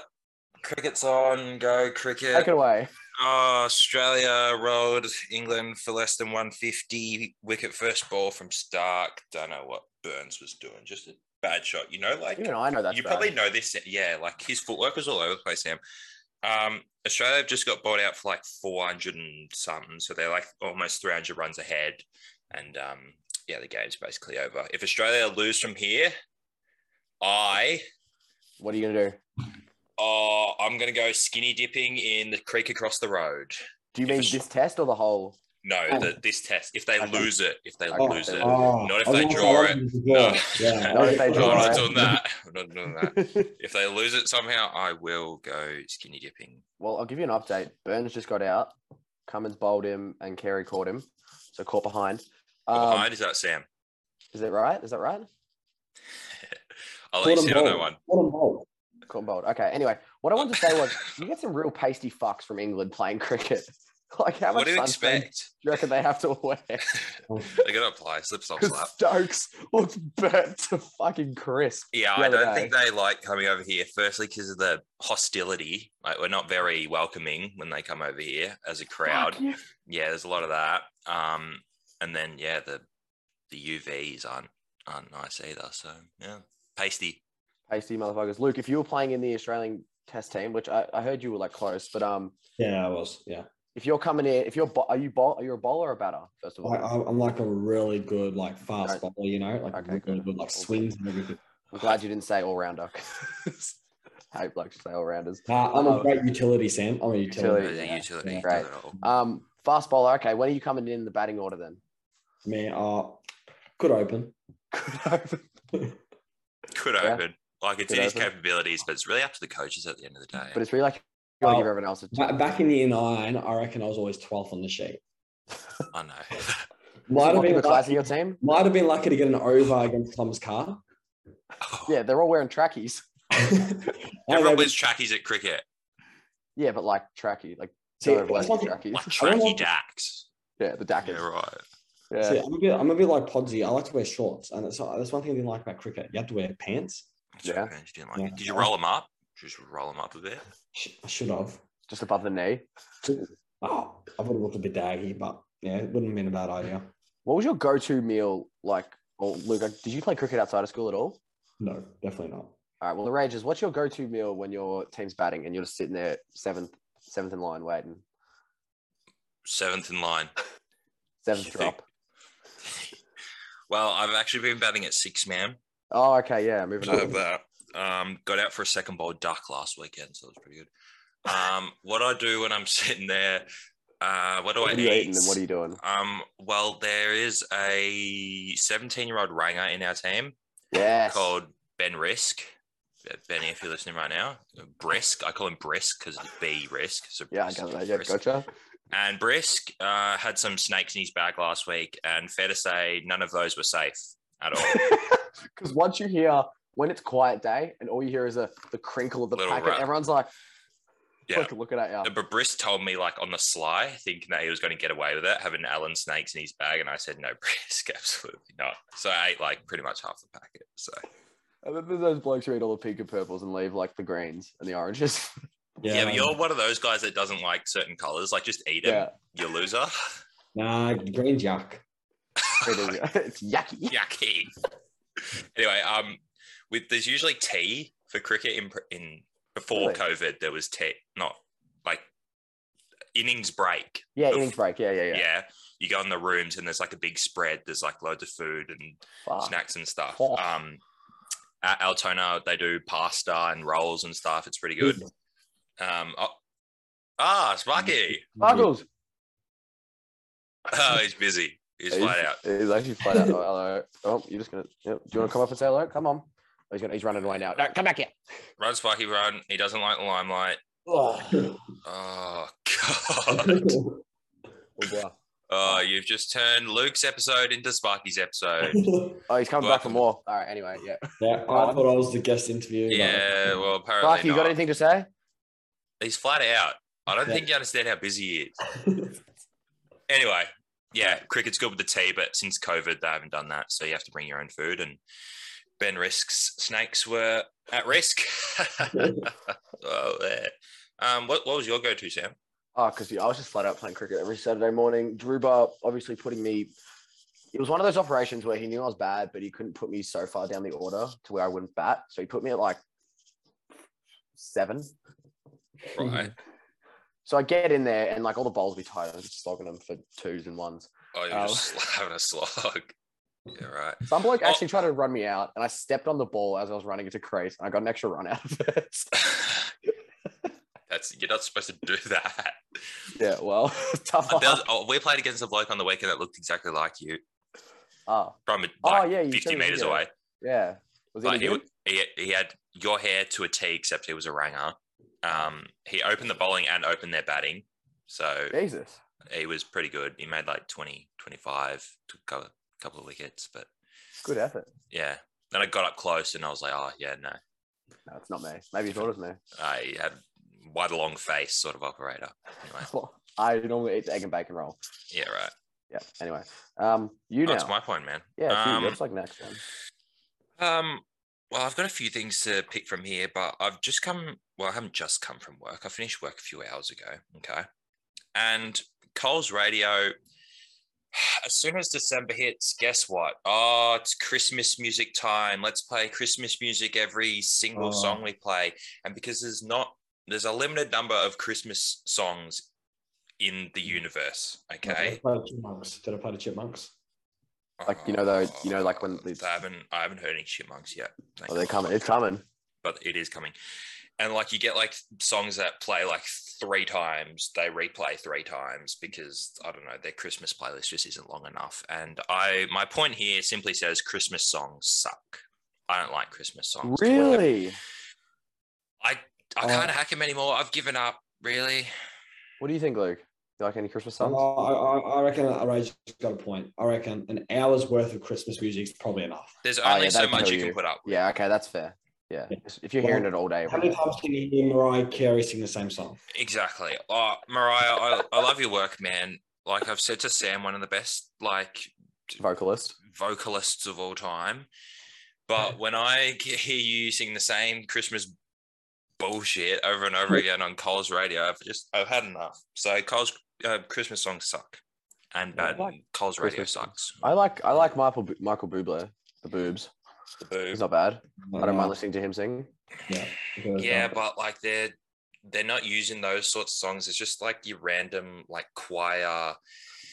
[SPEAKER 1] Cricket's on. Go cricket.
[SPEAKER 2] Take it away.
[SPEAKER 1] Oh, Australia rolled England for less than 150. Wicket first ball from Stark. Don't know what Burns was doing. Just a bad shot. You know, like
[SPEAKER 2] Even I know that.
[SPEAKER 1] you probably know this. Yeah, like his footwork was all over the place, Sam. Um, Australia have just got bought out for like 400 and something. So they're like almost 300 runs ahead. And um, yeah, the game's basically over. If Australia lose from here, I
[SPEAKER 2] What are you gonna do?
[SPEAKER 1] uh, I'm going to go skinny dipping in the creek across the road.
[SPEAKER 2] Do you mean
[SPEAKER 1] If-
[SPEAKER 2] this test or the whole?
[SPEAKER 1] No, the, this test. If they
[SPEAKER 2] Okay.
[SPEAKER 1] lose it, if they
[SPEAKER 2] Okay.
[SPEAKER 1] lose it,
[SPEAKER 3] Oh,
[SPEAKER 1] Not if
[SPEAKER 3] I was
[SPEAKER 1] they
[SPEAKER 3] gonna
[SPEAKER 1] draw
[SPEAKER 3] say
[SPEAKER 1] it.
[SPEAKER 3] as
[SPEAKER 1] No.
[SPEAKER 3] well. Yeah,
[SPEAKER 2] Not if they
[SPEAKER 1] No,
[SPEAKER 2] draw
[SPEAKER 1] I'm not
[SPEAKER 2] it.
[SPEAKER 1] doing that. I'm not doing that. If they lose it somehow, I will go skinny dipping.
[SPEAKER 2] Well, I'll give you an update. Burns just got out. Cummins bowled him, and Carey caught him, so caught behind. Um,
[SPEAKER 1] Or behind is that Sam?
[SPEAKER 2] Is that right? Is that right?
[SPEAKER 1] I'll
[SPEAKER 3] Caught
[SPEAKER 1] let you
[SPEAKER 3] him
[SPEAKER 1] sit on that
[SPEAKER 3] both.
[SPEAKER 1] one.
[SPEAKER 3] What a bolt.
[SPEAKER 2] Caught and bowled. Okay. Anyway, what I wanted to say was, you get some real pasty fucks from England playing cricket. like how
[SPEAKER 1] What
[SPEAKER 2] much
[SPEAKER 1] do you
[SPEAKER 2] sunscreen do
[SPEAKER 1] expect?
[SPEAKER 2] you reckon they have to wear?
[SPEAKER 1] They're gonna apply slip slop slap.
[SPEAKER 2] Because Stokes looks burnt to fucking crisp.
[SPEAKER 1] Yeah,
[SPEAKER 2] the
[SPEAKER 1] I
[SPEAKER 2] other
[SPEAKER 1] don't think they like coming over here. Firstly, because of the hostility. Like we're not very welcoming when they come over here as a crowd.
[SPEAKER 2] Fuck you.
[SPEAKER 1] Yeah, there's a lot of that. Um, and then yeah, the the UVs aren't aren't nice either. So yeah, pasty.
[SPEAKER 2] Pasty motherfuckers. Luke, if you were playing in the Australian Test team, which I, I heard you were like close, but um,
[SPEAKER 3] Yeah, I was. Yeah.
[SPEAKER 2] if you're coming in, if you're bo- are you bowl, are you a bowler or a batter first of all?
[SPEAKER 3] I, I- I'm like a really good, like fast
[SPEAKER 2] Right.
[SPEAKER 3] bowler, you know, like
[SPEAKER 2] Okay,
[SPEAKER 3] really
[SPEAKER 2] good.
[SPEAKER 3] good, like
[SPEAKER 2] All good.
[SPEAKER 3] swings and everything.
[SPEAKER 2] I'm glad you didn't say all rounder. I hate blokes who say all rounders.
[SPEAKER 3] Nah, I'm a
[SPEAKER 2] Um,
[SPEAKER 3] great utility, Sam. I'm a utility.
[SPEAKER 2] Utility.
[SPEAKER 1] There's a
[SPEAKER 2] Oh, yeah,
[SPEAKER 1] utility,
[SPEAKER 3] yeah.
[SPEAKER 2] Right.
[SPEAKER 1] does it all.
[SPEAKER 2] Um, fast bowler. Okay, when are you coming in the batting order then?
[SPEAKER 3] Man, uh, good open.
[SPEAKER 1] Could
[SPEAKER 2] Yeah.
[SPEAKER 1] open. Like it's
[SPEAKER 2] Could
[SPEAKER 1] in his
[SPEAKER 2] open.
[SPEAKER 1] capabilities, but it's really up to the coaches at the end of the day.
[SPEAKER 2] but it's really like you want to
[SPEAKER 3] Well,
[SPEAKER 2] give everyone else a
[SPEAKER 3] Ba-
[SPEAKER 2] chance.
[SPEAKER 3] Back in year nine, I reckon I was always 12th on the sheet.
[SPEAKER 1] I know.
[SPEAKER 2] Is
[SPEAKER 3] Might
[SPEAKER 2] it
[SPEAKER 3] have
[SPEAKER 2] not
[SPEAKER 3] been
[SPEAKER 2] the class in
[SPEAKER 3] lucky,
[SPEAKER 2] your team?
[SPEAKER 3] might have been lucky to get an over against Tom's car.
[SPEAKER 2] Yeah, they're all wearing trackies.
[SPEAKER 1] Everyone
[SPEAKER 3] Everyone
[SPEAKER 1] wears trackies at cricket,
[SPEAKER 2] Yeah, but like trackie, like
[SPEAKER 3] See,
[SPEAKER 2] no,
[SPEAKER 3] that's
[SPEAKER 2] like
[SPEAKER 3] like,
[SPEAKER 2] trackies.
[SPEAKER 1] like
[SPEAKER 3] I don't
[SPEAKER 1] tracky
[SPEAKER 3] know.
[SPEAKER 1] dacks.
[SPEAKER 2] Yeah, the
[SPEAKER 1] Yeah,
[SPEAKER 2] Dackers.
[SPEAKER 1] right.
[SPEAKER 2] Yeah.
[SPEAKER 3] see, I'm, a bit, I'm a bit like Podsy. I like to wear shorts, and that's, that's one thing I didn't like about cricket. You have to wear pants.
[SPEAKER 1] That's
[SPEAKER 2] Yeah.
[SPEAKER 1] right, man, you didn't like
[SPEAKER 3] Yeah.
[SPEAKER 1] it. Did you roll them up? Just roll them up a bit.
[SPEAKER 3] Sh- I should have.
[SPEAKER 2] just above the knee.
[SPEAKER 3] Oh, I would have looked a bit daggy, but yeah, it wouldn't have been a bad idea.
[SPEAKER 2] What was your go-to meal like? Or Luke, like, did you play cricket outside of school at all?
[SPEAKER 3] No, definitely not.
[SPEAKER 2] All right. Well, the Rangers. What's your go-to meal when your team's batting and you're just sitting there seventh, seventh in line waiting,
[SPEAKER 1] Seventh in line.
[SPEAKER 2] seventh
[SPEAKER 1] You
[SPEAKER 2] drop?
[SPEAKER 1] Well, I've actually been batting at six, man.
[SPEAKER 2] Oh, okay. Yeah, moving
[SPEAKER 1] So I have
[SPEAKER 2] on.
[SPEAKER 1] that. Um, got out for a second bowl duck last weekend, so it was pretty good. Um, what I do when I'm sitting there, uh, what do
[SPEAKER 2] What
[SPEAKER 1] I
[SPEAKER 2] are you
[SPEAKER 1] eat?
[SPEAKER 2] eating and what are you doing?
[SPEAKER 1] um, well, there is a 17 year old ranger in our team
[SPEAKER 2] Yes.
[SPEAKER 1] called Ben Risk. Uh, Benny, if you're listening right now, Brisk. I call him Brisk because it's B Risk. So
[SPEAKER 2] Yeah, I
[SPEAKER 1] Brisk,
[SPEAKER 2] got that. Yeah,
[SPEAKER 1] Brisk.
[SPEAKER 2] gotcha.
[SPEAKER 1] And Brisk uh, had some snakes in his bag last week, and fair to say, none of those were safe at all.
[SPEAKER 2] Because once you hear when it's quiet day and all you hear is a, the crinkle of the
[SPEAKER 1] Little
[SPEAKER 2] packet,
[SPEAKER 1] rap.
[SPEAKER 2] everyone's like,
[SPEAKER 1] Yeah.
[SPEAKER 2] fucking looking at you.
[SPEAKER 1] but Brisk told me, like, on the sly, thinking that he was going to get away with it, having Alan snakes in his bag. And I said, no, Brisk, absolutely not. So I ate, like, pretty much half the packet. So
[SPEAKER 2] And then there's those blokes who eat all the pink and purples and leave like the greens and the oranges.
[SPEAKER 1] yeah, but you're one of those guys that doesn't like certain colors. Like, just eat them,
[SPEAKER 2] yeah.
[SPEAKER 1] you loser.
[SPEAKER 3] Nah, green jack.
[SPEAKER 2] It is, it's yucky.
[SPEAKER 1] Yucky. anyway, um, with there's usually tea for cricket in in before
[SPEAKER 2] Really?
[SPEAKER 1] COVID. There was tea, not like innings break.
[SPEAKER 2] Yeah,
[SPEAKER 1] Oof.
[SPEAKER 2] innings break. Yeah, yeah,
[SPEAKER 1] Yeah.
[SPEAKER 2] yeah.
[SPEAKER 1] you go in the rooms and there's like a big spread. There's like loads of food and
[SPEAKER 2] Fuck.
[SPEAKER 1] snacks and stuff.
[SPEAKER 2] Fuck.
[SPEAKER 1] Um, at Altona they do pasta and rolls and stuff. It's pretty good. Um, oh, ah, Sparky.
[SPEAKER 2] Buggles.
[SPEAKER 1] Oh, he's busy. He's flat out.
[SPEAKER 2] He's actually flat out. Oh, hello. Oh, you're just gonna. Yep. Do you want to come up and say hello? Come on. Oh, he's gonna. He's running away now. No, come back here.
[SPEAKER 1] Run, Sparky, run. He doesn't like the limelight. Oh God.
[SPEAKER 2] Oh, blah.
[SPEAKER 1] Oh, you've just turned Luke's episode into Sparky's episode.
[SPEAKER 3] yeah,
[SPEAKER 2] Oh, he's coming back for
[SPEAKER 1] Welcome.
[SPEAKER 2] more. All right. Anyway, yeah.
[SPEAKER 3] I thought I was the guest interview. but-
[SPEAKER 1] yeah, well, apparently
[SPEAKER 2] Clark, you
[SPEAKER 1] not.
[SPEAKER 2] got anything to say?
[SPEAKER 1] He's flat out. I don't
[SPEAKER 3] Yeah.
[SPEAKER 1] think you understand how busy he is. Anyway, yeah, cricket's good with the tea, but since COVID, they haven't done that, so you have to bring your own food. And Ben Risk's snakes were at risk. oh, there. Um, what, what was your go to, Sam?
[SPEAKER 2] Oh, because I was just flat out playing cricket every Saturday morning. Drew Bar obviously putting me. It was one of those operations where he knew I was bad, but he couldn't put me so far down the order to where I wouldn't bat. So he put me at like seven.
[SPEAKER 1] Right.
[SPEAKER 2] So I get in there and like all the bowls be tight. I'm just slogging them for twos and ones.
[SPEAKER 1] Oh, you're
[SPEAKER 2] Oh.
[SPEAKER 1] just having a slog. Yeah, right.
[SPEAKER 2] Some bloke
[SPEAKER 1] Oh.
[SPEAKER 2] actually tried to run me out, and I stepped on the ball as I was running into crease, and I got an extra run out of it.
[SPEAKER 1] That's you're not supposed to do that.
[SPEAKER 2] yeah, well, tough.
[SPEAKER 1] Uh, there was-
[SPEAKER 2] luck.
[SPEAKER 1] oh, we played against a bloke on the weekend that looked exactly like you
[SPEAKER 2] Oh,
[SPEAKER 1] from like
[SPEAKER 2] Oh, yeah, you showed
[SPEAKER 1] fifty
[SPEAKER 2] me
[SPEAKER 1] meters
[SPEAKER 2] video.
[SPEAKER 1] away.
[SPEAKER 2] yeah. Was it
[SPEAKER 1] Like, he,
[SPEAKER 2] good?
[SPEAKER 1] w- he, he had your hair to a T, except he was a ranger. Um, he opened the bowling and opened their batting, so
[SPEAKER 2] Jesus.
[SPEAKER 1] he was pretty good. He made like 20, 25, took a couple, couple of wickets, but
[SPEAKER 2] Good effort.
[SPEAKER 1] yeah. Then I got up close and I was like, oh yeah, no,
[SPEAKER 2] No, it's not me. Maybe you thought it was me.
[SPEAKER 1] uh, he had wide long face sort of operator. Anyway,
[SPEAKER 2] I normally eat the egg and bacon roll.
[SPEAKER 1] yeah, right.
[SPEAKER 2] Yeah. Anyway, um, you now.
[SPEAKER 1] That's my point, man.
[SPEAKER 2] yeah, it's you.
[SPEAKER 1] um,
[SPEAKER 2] That's like next one.
[SPEAKER 1] Um, well, I've got a few things to pick from here, but I've just come. Well, I haven't just come from work. I finished work a few hours ago. Okay, and Cole's radio. As soon as December hits, guess what? Oh, it's Christmas music time. Let's play Christmas music every single
[SPEAKER 3] Oh.
[SPEAKER 1] song we play. And because there's not there's a limited number of Christmas songs in the
[SPEAKER 2] Mm.
[SPEAKER 1] universe,
[SPEAKER 2] Mm-hmm.
[SPEAKER 1] okay?
[SPEAKER 3] Did I play the chipmunks? Did I play the chipmunks?
[SPEAKER 2] Like, you know, though- you know, like, when
[SPEAKER 1] Oh,
[SPEAKER 2] it's-
[SPEAKER 1] I haven't I haven't heard any chipmunks yet. Thank
[SPEAKER 2] Oh, they're
[SPEAKER 1] God
[SPEAKER 2] coming. It's coming.
[SPEAKER 1] but it is coming. And like you get like songs that play like three times, they replay three times because I don't know, their Christmas playlist just isn't long enough. And I my point here simply says Christmas songs suck. I don't like Christmas songs.
[SPEAKER 2] Really?
[SPEAKER 1] I
[SPEAKER 3] Oh.
[SPEAKER 1] can't hack them anymore. I've given up, really.
[SPEAKER 2] What do you think, Luke? Do you like any Christmas songs?
[SPEAKER 3] Oh, I, I- I reckon Ray's got a point. I reckon an hour's worth of Christmas music is probably enough.
[SPEAKER 1] There's
[SPEAKER 2] Oh, yeah,
[SPEAKER 1] only so
[SPEAKER 2] that'd
[SPEAKER 1] much
[SPEAKER 2] kill
[SPEAKER 1] you can
[SPEAKER 2] you.
[SPEAKER 1] put up with.
[SPEAKER 2] Yeah. Okay, that's fair. Yeah.
[SPEAKER 3] Yeah.
[SPEAKER 2] If you're hearing it all day,
[SPEAKER 3] How
[SPEAKER 2] every
[SPEAKER 3] many
[SPEAKER 2] day.
[SPEAKER 3] times can you hear Mariah Carey sing the same song?
[SPEAKER 1] Exactly. Oh, Mariah, I, I love your work, man. Like I've said to Sam, one of the best like
[SPEAKER 2] vocalist.
[SPEAKER 1] vocalists of all time. But when I g- hear you sing the same Christmas bullshit over and over again on Cole's radio, I've just I've had enough. So Cole's uh, Christmas songs suck, and
[SPEAKER 2] Yeah, I
[SPEAKER 1] bad
[SPEAKER 2] like
[SPEAKER 1] Cole's radio
[SPEAKER 2] Christmas
[SPEAKER 1] sucks.
[SPEAKER 2] I like I like Michael Bu- Michael Bublé. The boobs.
[SPEAKER 1] The boo.
[SPEAKER 2] He's not bad. I don't mind listening to him sing.
[SPEAKER 1] Yeah, but like they're they're not using those sorts of songs. It's just like your random like choir.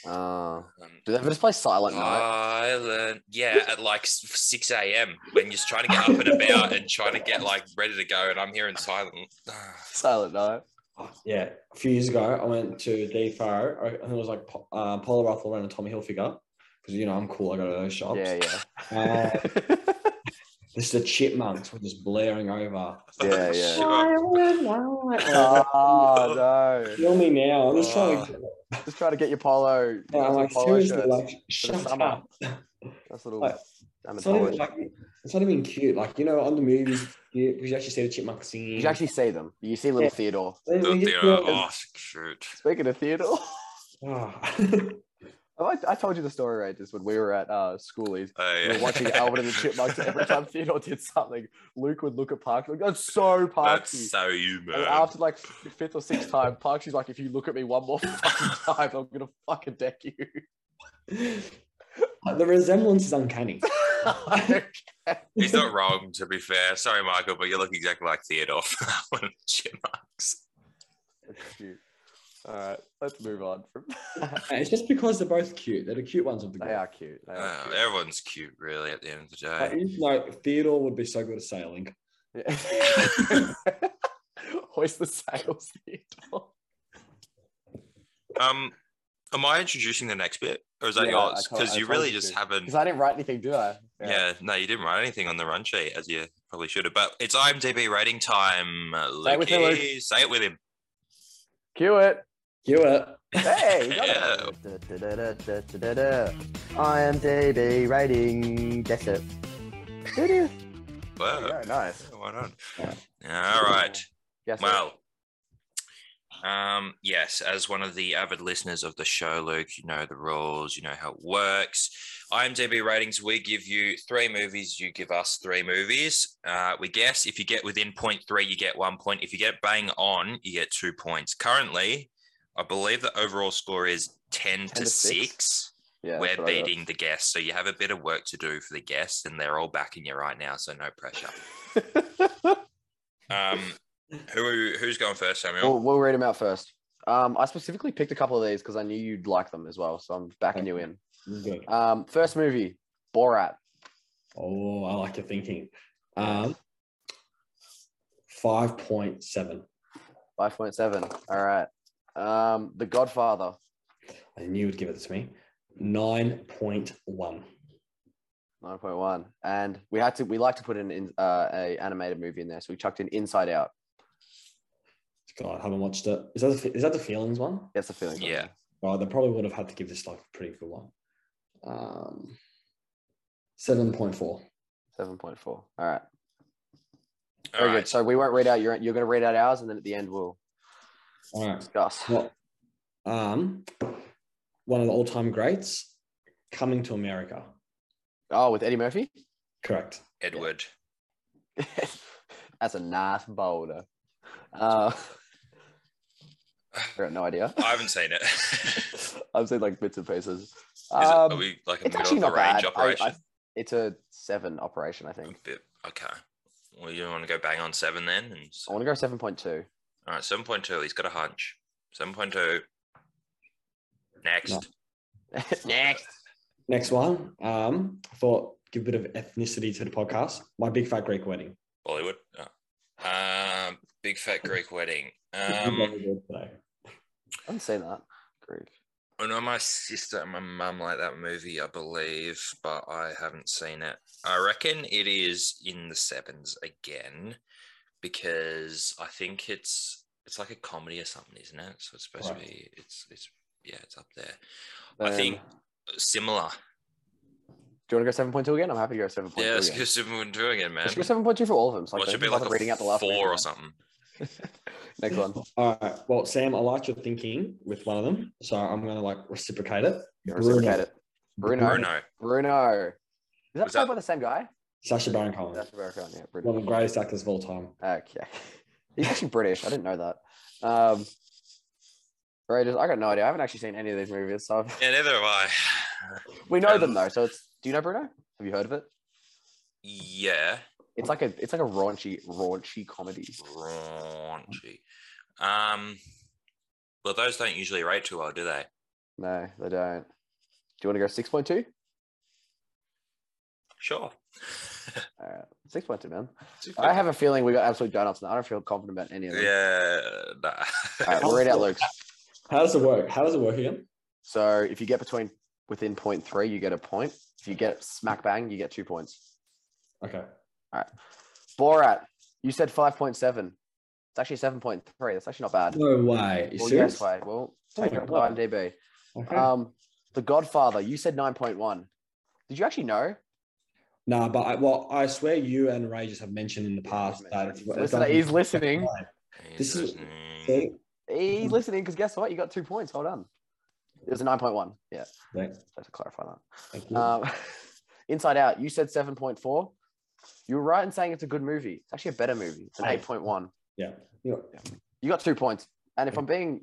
[SPEAKER 2] Uh,
[SPEAKER 1] Um,
[SPEAKER 2] do they ever just play Silent
[SPEAKER 1] Uh,
[SPEAKER 2] Night?
[SPEAKER 1] Silent, yeah, at like s- 6 a.m. when you're just trying to get up and about and trying to get like ready to go, and I'm hearing silent.
[SPEAKER 2] Silent Night.
[SPEAKER 3] uh, Yeah, a few years ago, I went to Defaro. I think it was like Po- uh, Paula Rothwell and Tommy Hilfiger because you know I'm cool. I go to those shops.
[SPEAKER 2] Yeah, yeah.
[SPEAKER 3] Uh, this is the Chipmunks were just blaring over.
[SPEAKER 2] Yeah, yeah.
[SPEAKER 1] Sure.
[SPEAKER 2] oh no.
[SPEAKER 3] Kill me now. I'm just trying to.
[SPEAKER 2] Just try to get your polo.
[SPEAKER 3] Yeah, I'm
[SPEAKER 2] some
[SPEAKER 3] like
[SPEAKER 2] polo
[SPEAKER 3] seriously,
[SPEAKER 2] shirts.
[SPEAKER 3] like shut
[SPEAKER 2] summer.
[SPEAKER 3] up.
[SPEAKER 2] That's a little.
[SPEAKER 3] like,
[SPEAKER 2] I'm
[SPEAKER 3] It's not even like it's not even cute. Like you know, on the movies, it's cute because you actually see the chipmunk singing.
[SPEAKER 2] you actually see them. You see little
[SPEAKER 3] Yeah.
[SPEAKER 2] Theodore.
[SPEAKER 3] They- they
[SPEAKER 1] The-
[SPEAKER 3] just
[SPEAKER 1] the-
[SPEAKER 3] feel-
[SPEAKER 1] oh, shoot.
[SPEAKER 2] Speaking of Theodore,
[SPEAKER 3] Ah.
[SPEAKER 2] I, I told you the story right just when we were at uh, schoolies.
[SPEAKER 1] Oh,
[SPEAKER 2] We were watching Albert and the Chipmunks. and Every time Theodore did something, Luke would look at Parks like, "That's so
[SPEAKER 1] That's
[SPEAKER 2] Parksy."
[SPEAKER 1] so you,
[SPEAKER 2] and
[SPEAKER 1] man.
[SPEAKER 2] after like f- fifth or sixth time, Parksy's like, "If you look at me one more fucking time, I'm gonna fucking deck you."
[SPEAKER 3] Like, the resemblance is uncanny.
[SPEAKER 1] He's not wrong, to be fair. Sorry, Michael, but you look exactly like Theodore from that one of the Chipmunks.
[SPEAKER 2] That's cute. All right, let's move on. From
[SPEAKER 3] It's just because they're both cute. They're the cute ones of the
[SPEAKER 2] they
[SPEAKER 3] group.
[SPEAKER 2] are cute. They are
[SPEAKER 1] Uh,
[SPEAKER 2] cute.
[SPEAKER 1] everyone's cute, really, at the end of the
[SPEAKER 3] Like,
[SPEAKER 1] day.
[SPEAKER 3] you know, Theodore would be so good at sailing.
[SPEAKER 2] Yeah. Hoist the sails, Theodore.
[SPEAKER 1] Um, am I introducing the next bit, or is that
[SPEAKER 2] Yeah, I
[SPEAKER 1] yours?
[SPEAKER 2] told-
[SPEAKER 1] Because
[SPEAKER 2] I
[SPEAKER 1] you
[SPEAKER 2] told
[SPEAKER 1] really
[SPEAKER 2] you
[SPEAKER 1] just
[SPEAKER 2] to.
[SPEAKER 1] haven't.
[SPEAKER 2] Because I didn't write anything, do I?
[SPEAKER 1] Yeah, no, you didn't write anything on the run sheet as you probably should have. But it's IMDb rating time.
[SPEAKER 2] Say it with me, Luke.
[SPEAKER 1] Lukey. Say it with him.
[SPEAKER 2] Cue it.
[SPEAKER 3] You are.
[SPEAKER 2] Hey, you got
[SPEAKER 1] Yeah.
[SPEAKER 2] it. Da-da-da-da-da-da. IMDb rating. That's it. Doo-doo. There you
[SPEAKER 1] Oh. Whoa.
[SPEAKER 2] go, nice.
[SPEAKER 1] Why not?
[SPEAKER 3] Yeah.
[SPEAKER 1] All right.
[SPEAKER 2] Yes.
[SPEAKER 1] Well, Um, yes, as one of the avid listeners of the show, Luke, you know the rules, you know how it works. IMDb ratings, we give you three movies, you give us three movies. Uh, we guess if you get within point three, you get one point. If you get bang on, you get two points. Currently, I believe the overall score is 10, to,
[SPEAKER 2] to
[SPEAKER 1] 6.
[SPEAKER 2] six. Yeah, that's
[SPEAKER 1] We're
[SPEAKER 2] what I got.
[SPEAKER 1] beating the guests. So you have a bit of work to do for the guests, and they're all backing you right now. So no pressure. Um, who Who's going first, Samuel?
[SPEAKER 2] we'll, we'll read them out first. Um, I specifically picked a couple of these because I knew you'd like them as well, so I'm backing you in.
[SPEAKER 3] Good.
[SPEAKER 2] Um, first movie, Borat.
[SPEAKER 3] Oh, I like your thinking. Um, 5.7.
[SPEAKER 2] Five point seven. All right. Um, The Godfather.
[SPEAKER 3] I knew you would give it to me. 9.1.
[SPEAKER 2] Nine point one. And we had to. We like to put in, in uh, a animated movie in there, so we chucked in Inside Out.
[SPEAKER 3] God, I haven't watched it. Is that the, is that the feelings one?
[SPEAKER 2] That's the feeling.
[SPEAKER 1] Yeah.
[SPEAKER 3] Well, they probably would have had to give this like a pretty good one. Um, 7.4.
[SPEAKER 2] Seven point four. All right.
[SPEAKER 1] All
[SPEAKER 2] Very
[SPEAKER 1] right.
[SPEAKER 2] good. So we won't read out your. You're going to read out ours, and then at the end we'll
[SPEAKER 3] All right.
[SPEAKER 2] discuss.
[SPEAKER 3] Well, um, one of the all-time greats, Coming to America.
[SPEAKER 2] Oh, with Eddie Murphy.
[SPEAKER 3] Correct.
[SPEAKER 1] Edward.
[SPEAKER 2] That's a nice boulder. Uh, I got no idea.
[SPEAKER 1] I haven't seen it. Is
[SPEAKER 2] I've seen like bits and pieces.
[SPEAKER 1] it
[SPEAKER 2] Um,
[SPEAKER 1] are we like a
[SPEAKER 2] it's
[SPEAKER 1] middle
[SPEAKER 2] actually
[SPEAKER 1] of the
[SPEAKER 2] not
[SPEAKER 1] range
[SPEAKER 2] bad. I,
[SPEAKER 1] operation?
[SPEAKER 2] I, it's a seven operation, I think.
[SPEAKER 1] A bit- okay. Well, you want to go bang on seven then? And s-
[SPEAKER 2] I want to go seven point two.
[SPEAKER 1] all right, seven point two. He's got a hunch. Seven point two. Next.
[SPEAKER 3] No.
[SPEAKER 2] Next.
[SPEAKER 3] Next one. Um, I thought give a bit of ethnicity to the podcast. My big fat Greek wedding.
[SPEAKER 1] Bollywood. Oh. Um, big fat Greek wedding. Um,
[SPEAKER 3] Um,
[SPEAKER 2] I haven't seen that. Greek.
[SPEAKER 1] I know my sister and my mum like that movie, I believe, but I haven't seen it. I reckon it is in the sevens again because I think it's it's like a comedy or something, isn't it? So it's supposed
[SPEAKER 3] Right.
[SPEAKER 1] to be it's it's yeah, it's up there. I
[SPEAKER 2] Then-
[SPEAKER 1] think similar.
[SPEAKER 2] Do you want to go seven point two again? I'm happy to go seven point two.
[SPEAKER 1] Yeah, let's
[SPEAKER 2] again.
[SPEAKER 1] go Superman two again, man.
[SPEAKER 2] Let's go seven point two for all of them. So
[SPEAKER 1] Well,
[SPEAKER 2] I
[SPEAKER 1] it should
[SPEAKER 2] don't
[SPEAKER 1] be
[SPEAKER 2] bother
[SPEAKER 1] like a
[SPEAKER 2] reading out the last
[SPEAKER 1] four
[SPEAKER 2] name
[SPEAKER 1] or
[SPEAKER 2] again.
[SPEAKER 1] something.
[SPEAKER 2] Next one.
[SPEAKER 3] All right. Well, Sam, I liked your thinking with one of them, so I'm gonna like reciprocate it.
[SPEAKER 2] Reciprocate it. Bruno.
[SPEAKER 1] Bruno.
[SPEAKER 2] Bruno. Is that
[SPEAKER 1] Was
[SPEAKER 2] played
[SPEAKER 1] that-
[SPEAKER 2] by the same guy?
[SPEAKER 3] Sasha Baron Cohen,
[SPEAKER 2] That's American, yeah,
[SPEAKER 3] one of
[SPEAKER 2] Bruno.
[SPEAKER 3] the greatest actors of all time.
[SPEAKER 2] Okay. He's actually British. I didn't know that. Um, Raiders. I got no idea. I haven't actually seen any of these movies. So I've-
[SPEAKER 1] Yeah, neither have I.
[SPEAKER 2] we know
[SPEAKER 1] Um,
[SPEAKER 2] them though. So it's. Do you know Bruno? Have you heard of it?
[SPEAKER 1] Yeah.
[SPEAKER 2] It's like a. It's like a raunchy, raunchy comedy.
[SPEAKER 1] Raunchy. Um well those don't usually rate too well, do they?
[SPEAKER 2] No, they don't. Do you want to go six point two?
[SPEAKER 1] Sure.
[SPEAKER 2] All right, Uh, six point two, man. I have a feeling we got absolute donuts, and I don't feel confident about any of them.
[SPEAKER 1] Yeah. Nah.
[SPEAKER 2] All right, we'll read out Luke's.
[SPEAKER 3] How does it work? How does it work again?
[SPEAKER 2] So if you get between within point three, you get a point. If you get smack bang, you get two points.
[SPEAKER 3] Okay.
[SPEAKER 2] Borat, you said five point seven. It's actually seven point three. That's actually not bad.
[SPEAKER 3] No way. You
[SPEAKER 2] well,
[SPEAKER 3] serious?
[SPEAKER 2] yes, wait. Well,
[SPEAKER 3] Oh
[SPEAKER 2] take
[SPEAKER 3] my
[SPEAKER 2] it up to
[SPEAKER 3] God.
[SPEAKER 2] IMDb.
[SPEAKER 3] Okay.
[SPEAKER 2] Um, The Godfather, you said nine point one. Did you actually know?
[SPEAKER 3] nah, but I, well, I swear you and Ray just have mentioned in the past that it's,
[SPEAKER 2] So listen, he's listening.
[SPEAKER 3] This is-
[SPEAKER 1] Interesting.
[SPEAKER 3] See?
[SPEAKER 2] He's listening because guess what? You got two points. Hold on. It was a nine point one. Yeah,
[SPEAKER 3] Thank-
[SPEAKER 2] so to clarify that.
[SPEAKER 3] thank you.
[SPEAKER 2] Um, Inside Out, you said 7.4. You were right in saying it's a good movie. It's actually a better movie. It's an
[SPEAKER 3] Hey.
[SPEAKER 2] 8.1.
[SPEAKER 3] yeah. You know,
[SPEAKER 2] You got two points. And if I'm being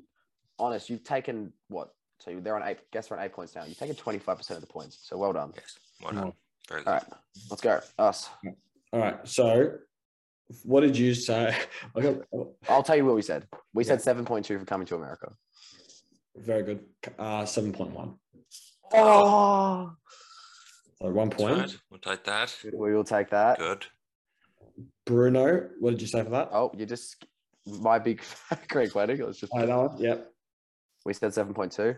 [SPEAKER 2] honest, you've taken what? So they're on eight, guess we're on eight points now. You've taken 25% of the points. So well done.
[SPEAKER 1] Yes. Well done.
[SPEAKER 3] No.
[SPEAKER 1] Very good.
[SPEAKER 2] All right, let's go. Us.
[SPEAKER 3] All right. So, what did you say? I got,
[SPEAKER 2] I'll tell you what we said. We
[SPEAKER 3] Yeah.
[SPEAKER 2] said 7.2 for coming to America.
[SPEAKER 3] very good. Uh, 7.1.
[SPEAKER 2] Oh,
[SPEAKER 3] So, one
[SPEAKER 1] That's all
[SPEAKER 3] point.
[SPEAKER 1] right. We'll take that.
[SPEAKER 2] we will take that.
[SPEAKER 1] Good.
[SPEAKER 3] Bruno, what did you say for that?
[SPEAKER 2] Oh, you just my big Greg wedding. Let's just
[SPEAKER 3] I know. Yep.
[SPEAKER 2] we said 7.2.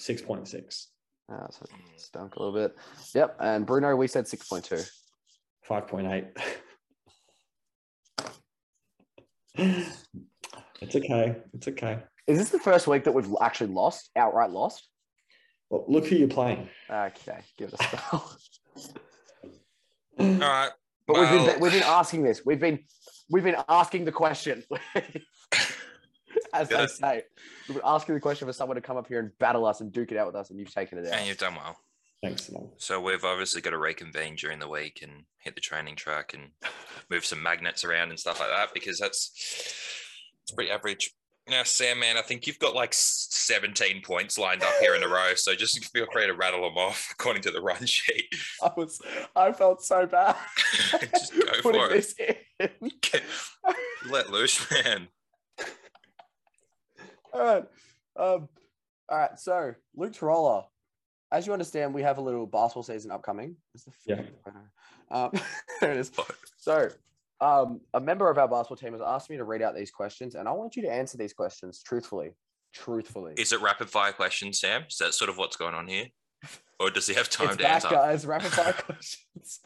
[SPEAKER 3] 6.6.
[SPEAKER 2] Uh, so stunk a little bit. Yep. And Bruno, we said 6.2.
[SPEAKER 3] 5.8. it's okay. It's okay.
[SPEAKER 2] Is this the first week that we've actually lost, outright lost?
[SPEAKER 3] Well, look who you're playing.
[SPEAKER 2] Okay, give it a spell.
[SPEAKER 1] All right.
[SPEAKER 2] but we've
[SPEAKER 1] Well-
[SPEAKER 2] been we've been asking this. We've been we've been asking the question. as
[SPEAKER 1] Yeah.
[SPEAKER 2] they say. We've been asking the question for someone to come up here and battle us and duke it out with us, and you've taken it out.
[SPEAKER 1] And you've done well.
[SPEAKER 3] Thanks, Simone.
[SPEAKER 1] So we've obviously got to reconvene during the week and hit the training track and move some magnets around and stuff like that because that's it's pretty average. Now, Sam, man, I think you've got like s- 17 points lined up here in a row. So just feel free to rattle them off according to the run sheet.
[SPEAKER 2] I was, I felt so bad.
[SPEAKER 1] Just go
[SPEAKER 2] putting
[SPEAKER 1] for it.
[SPEAKER 2] this in.
[SPEAKER 1] Let loose, man.
[SPEAKER 2] All right. Um, all right. So, Luke Tarola, as you understand, we have a little basketball season upcoming. It's the
[SPEAKER 3] Yeah.
[SPEAKER 2] fucking photo. Um, there it is. So, um, a member of our basketball team has asked me to read out these questions, and I want you to answer these questions truthfully. Truthfully.
[SPEAKER 1] Is it rapid fire questions, Sam? Is that sort of what's going on here? Or does he have time
[SPEAKER 2] it's
[SPEAKER 1] to
[SPEAKER 2] back,
[SPEAKER 1] answer?
[SPEAKER 2] guys. Rapid fire questions.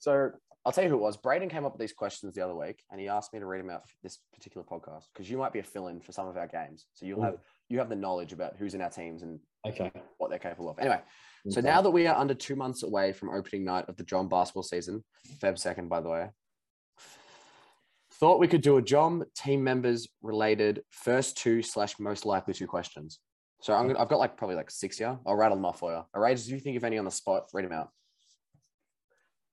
[SPEAKER 2] So, I'll tell you who it was. Braden came up with these questions the other week, and he asked me to read them out for this particular podcast because you might be a fill-in for some of our games. So you'll
[SPEAKER 3] Ooh.
[SPEAKER 2] have you have the knowledge about who's in our teams and
[SPEAKER 3] Okay.
[SPEAKER 2] what they're capable of. Anyway, so now that we are under two months away from opening night of the John basketball season, Feb 2nd, by the way, thought we could do a John team members related first two slash most likely two questions. So I'm gonna, I've got like probably like six here. I'll rattle them off for you. All right, do you think of any on the spot? Read them out.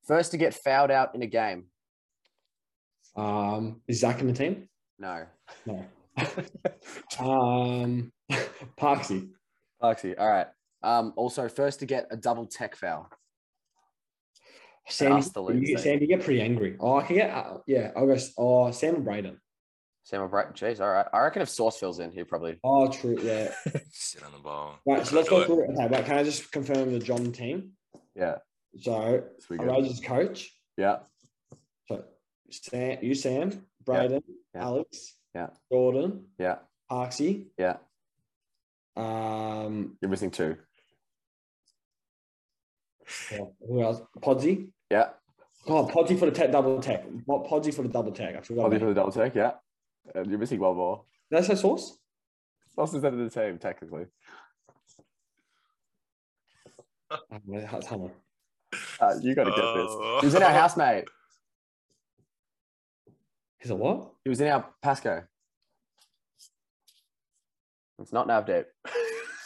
[SPEAKER 2] First to get fouled out in a game.
[SPEAKER 3] um, is Zach in the team?
[SPEAKER 2] No.
[SPEAKER 3] No. um, Parksy.
[SPEAKER 2] Foxy. All right. Um, also, first to get a double tech foul.
[SPEAKER 3] Sam,
[SPEAKER 2] asked the
[SPEAKER 3] you get,
[SPEAKER 2] Lindsay.
[SPEAKER 3] Sam, you get pretty angry. Oh, I can get. Uh, yeah, I'll go. s- Oh, Sam and Braden.
[SPEAKER 2] Sam Bright. Jeez. All right. I reckon if Source fills in, he'll probably
[SPEAKER 3] Oh, true. Yeah.
[SPEAKER 1] Sit on the ball.
[SPEAKER 3] Right. So let's
[SPEAKER 1] Do
[SPEAKER 3] go
[SPEAKER 1] it.
[SPEAKER 3] through it. Okay. Right, can I just confirm the John team?
[SPEAKER 2] yeah.
[SPEAKER 3] So
[SPEAKER 2] it's pretty good.
[SPEAKER 3] Rogers coach.
[SPEAKER 2] Yeah.
[SPEAKER 3] So Sam, you, Sam, Braden,
[SPEAKER 2] yeah.
[SPEAKER 3] Alex,
[SPEAKER 2] Yeah.
[SPEAKER 3] Jordan,
[SPEAKER 2] Yeah.
[SPEAKER 3] Parksy.
[SPEAKER 2] Yeah.
[SPEAKER 3] Um,
[SPEAKER 2] You're missing two.
[SPEAKER 3] who else? Podsy.
[SPEAKER 2] Yeah.
[SPEAKER 3] Oh, Podsy for the tech, double tech. What Podsy for the double tech? I forgot.
[SPEAKER 2] Probably for
[SPEAKER 3] about-
[SPEAKER 2] the double take, yeah. And you're missing one more.
[SPEAKER 3] That's her source.
[SPEAKER 2] Sauce is under the team, technically.
[SPEAKER 3] Oh, that's Hummer.
[SPEAKER 2] Uh, you got to get
[SPEAKER 1] Oh.
[SPEAKER 2] this. He was in our housemate.
[SPEAKER 3] He's a what?
[SPEAKER 2] He was in our Pasco. It's not Navdate.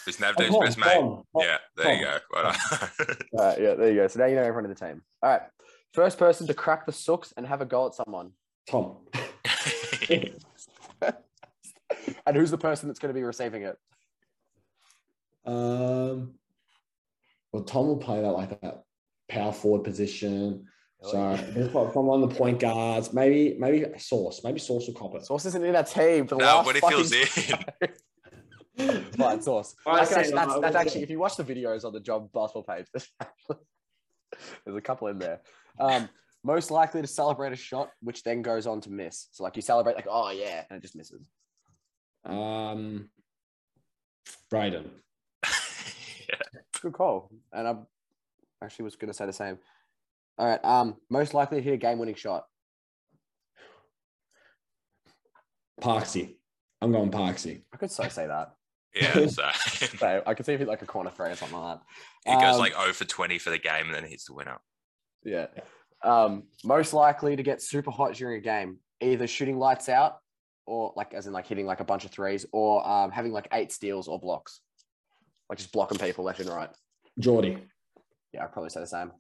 [SPEAKER 1] It's Navdeep's
[SPEAKER 3] Oh,
[SPEAKER 1] best mate.
[SPEAKER 3] Tom, Tom.
[SPEAKER 1] yeah, there you go. Well done.
[SPEAKER 2] All right, yeah, there you go. So now you know everyone in the team. All right. First person to crack the sooks and have a go at someone.
[SPEAKER 3] Tom.
[SPEAKER 2] And who's the person that's going to be receiving it?
[SPEAKER 3] Um, well, Tom will play that like that power forward position. So he'll put someone on the point guards, maybe maybe Source, maybe Source will cop it.
[SPEAKER 2] Sauce isn't in our team. For the
[SPEAKER 1] no,
[SPEAKER 2] last
[SPEAKER 1] but it
[SPEAKER 2] fucking
[SPEAKER 1] feels in.
[SPEAKER 2] Fine, sauce.
[SPEAKER 3] All right,
[SPEAKER 2] That's, actually,
[SPEAKER 3] Sam,
[SPEAKER 2] that's,
[SPEAKER 3] I
[SPEAKER 2] that's
[SPEAKER 3] will-
[SPEAKER 2] actually, if you watch the videos on the job basketball page, there's, actually, there's a couple in there. Um, most likely to celebrate a shot, which then goes on to miss. So, like, you celebrate, like, oh, yeah, and it just misses.
[SPEAKER 3] Um, Braden.
[SPEAKER 1] Yeah.
[SPEAKER 2] Good call. And I actually was going to say the same. All right. Um, most likely to hit a game winning shot.
[SPEAKER 3] Parksy. I'm going Parksy.
[SPEAKER 2] I could so say that.
[SPEAKER 1] Yeah, so it
[SPEAKER 2] So I could see if it's like a corner three or something like that.
[SPEAKER 1] goes
[SPEAKER 2] Um,
[SPEAKER 1] like 0 for 20 for the game and then hits the winner.
[SPEAKER 2] Yeah. Um, most likely to get super hot during a game, either shooting lights out or like as in like hitting like a bunch of threes or um, having like eight steals or blocks. Like just blocking people left and right.
[SPEAKER 3] Geordie.
[SPEAKER 2] Yeah, I'd probably say the same.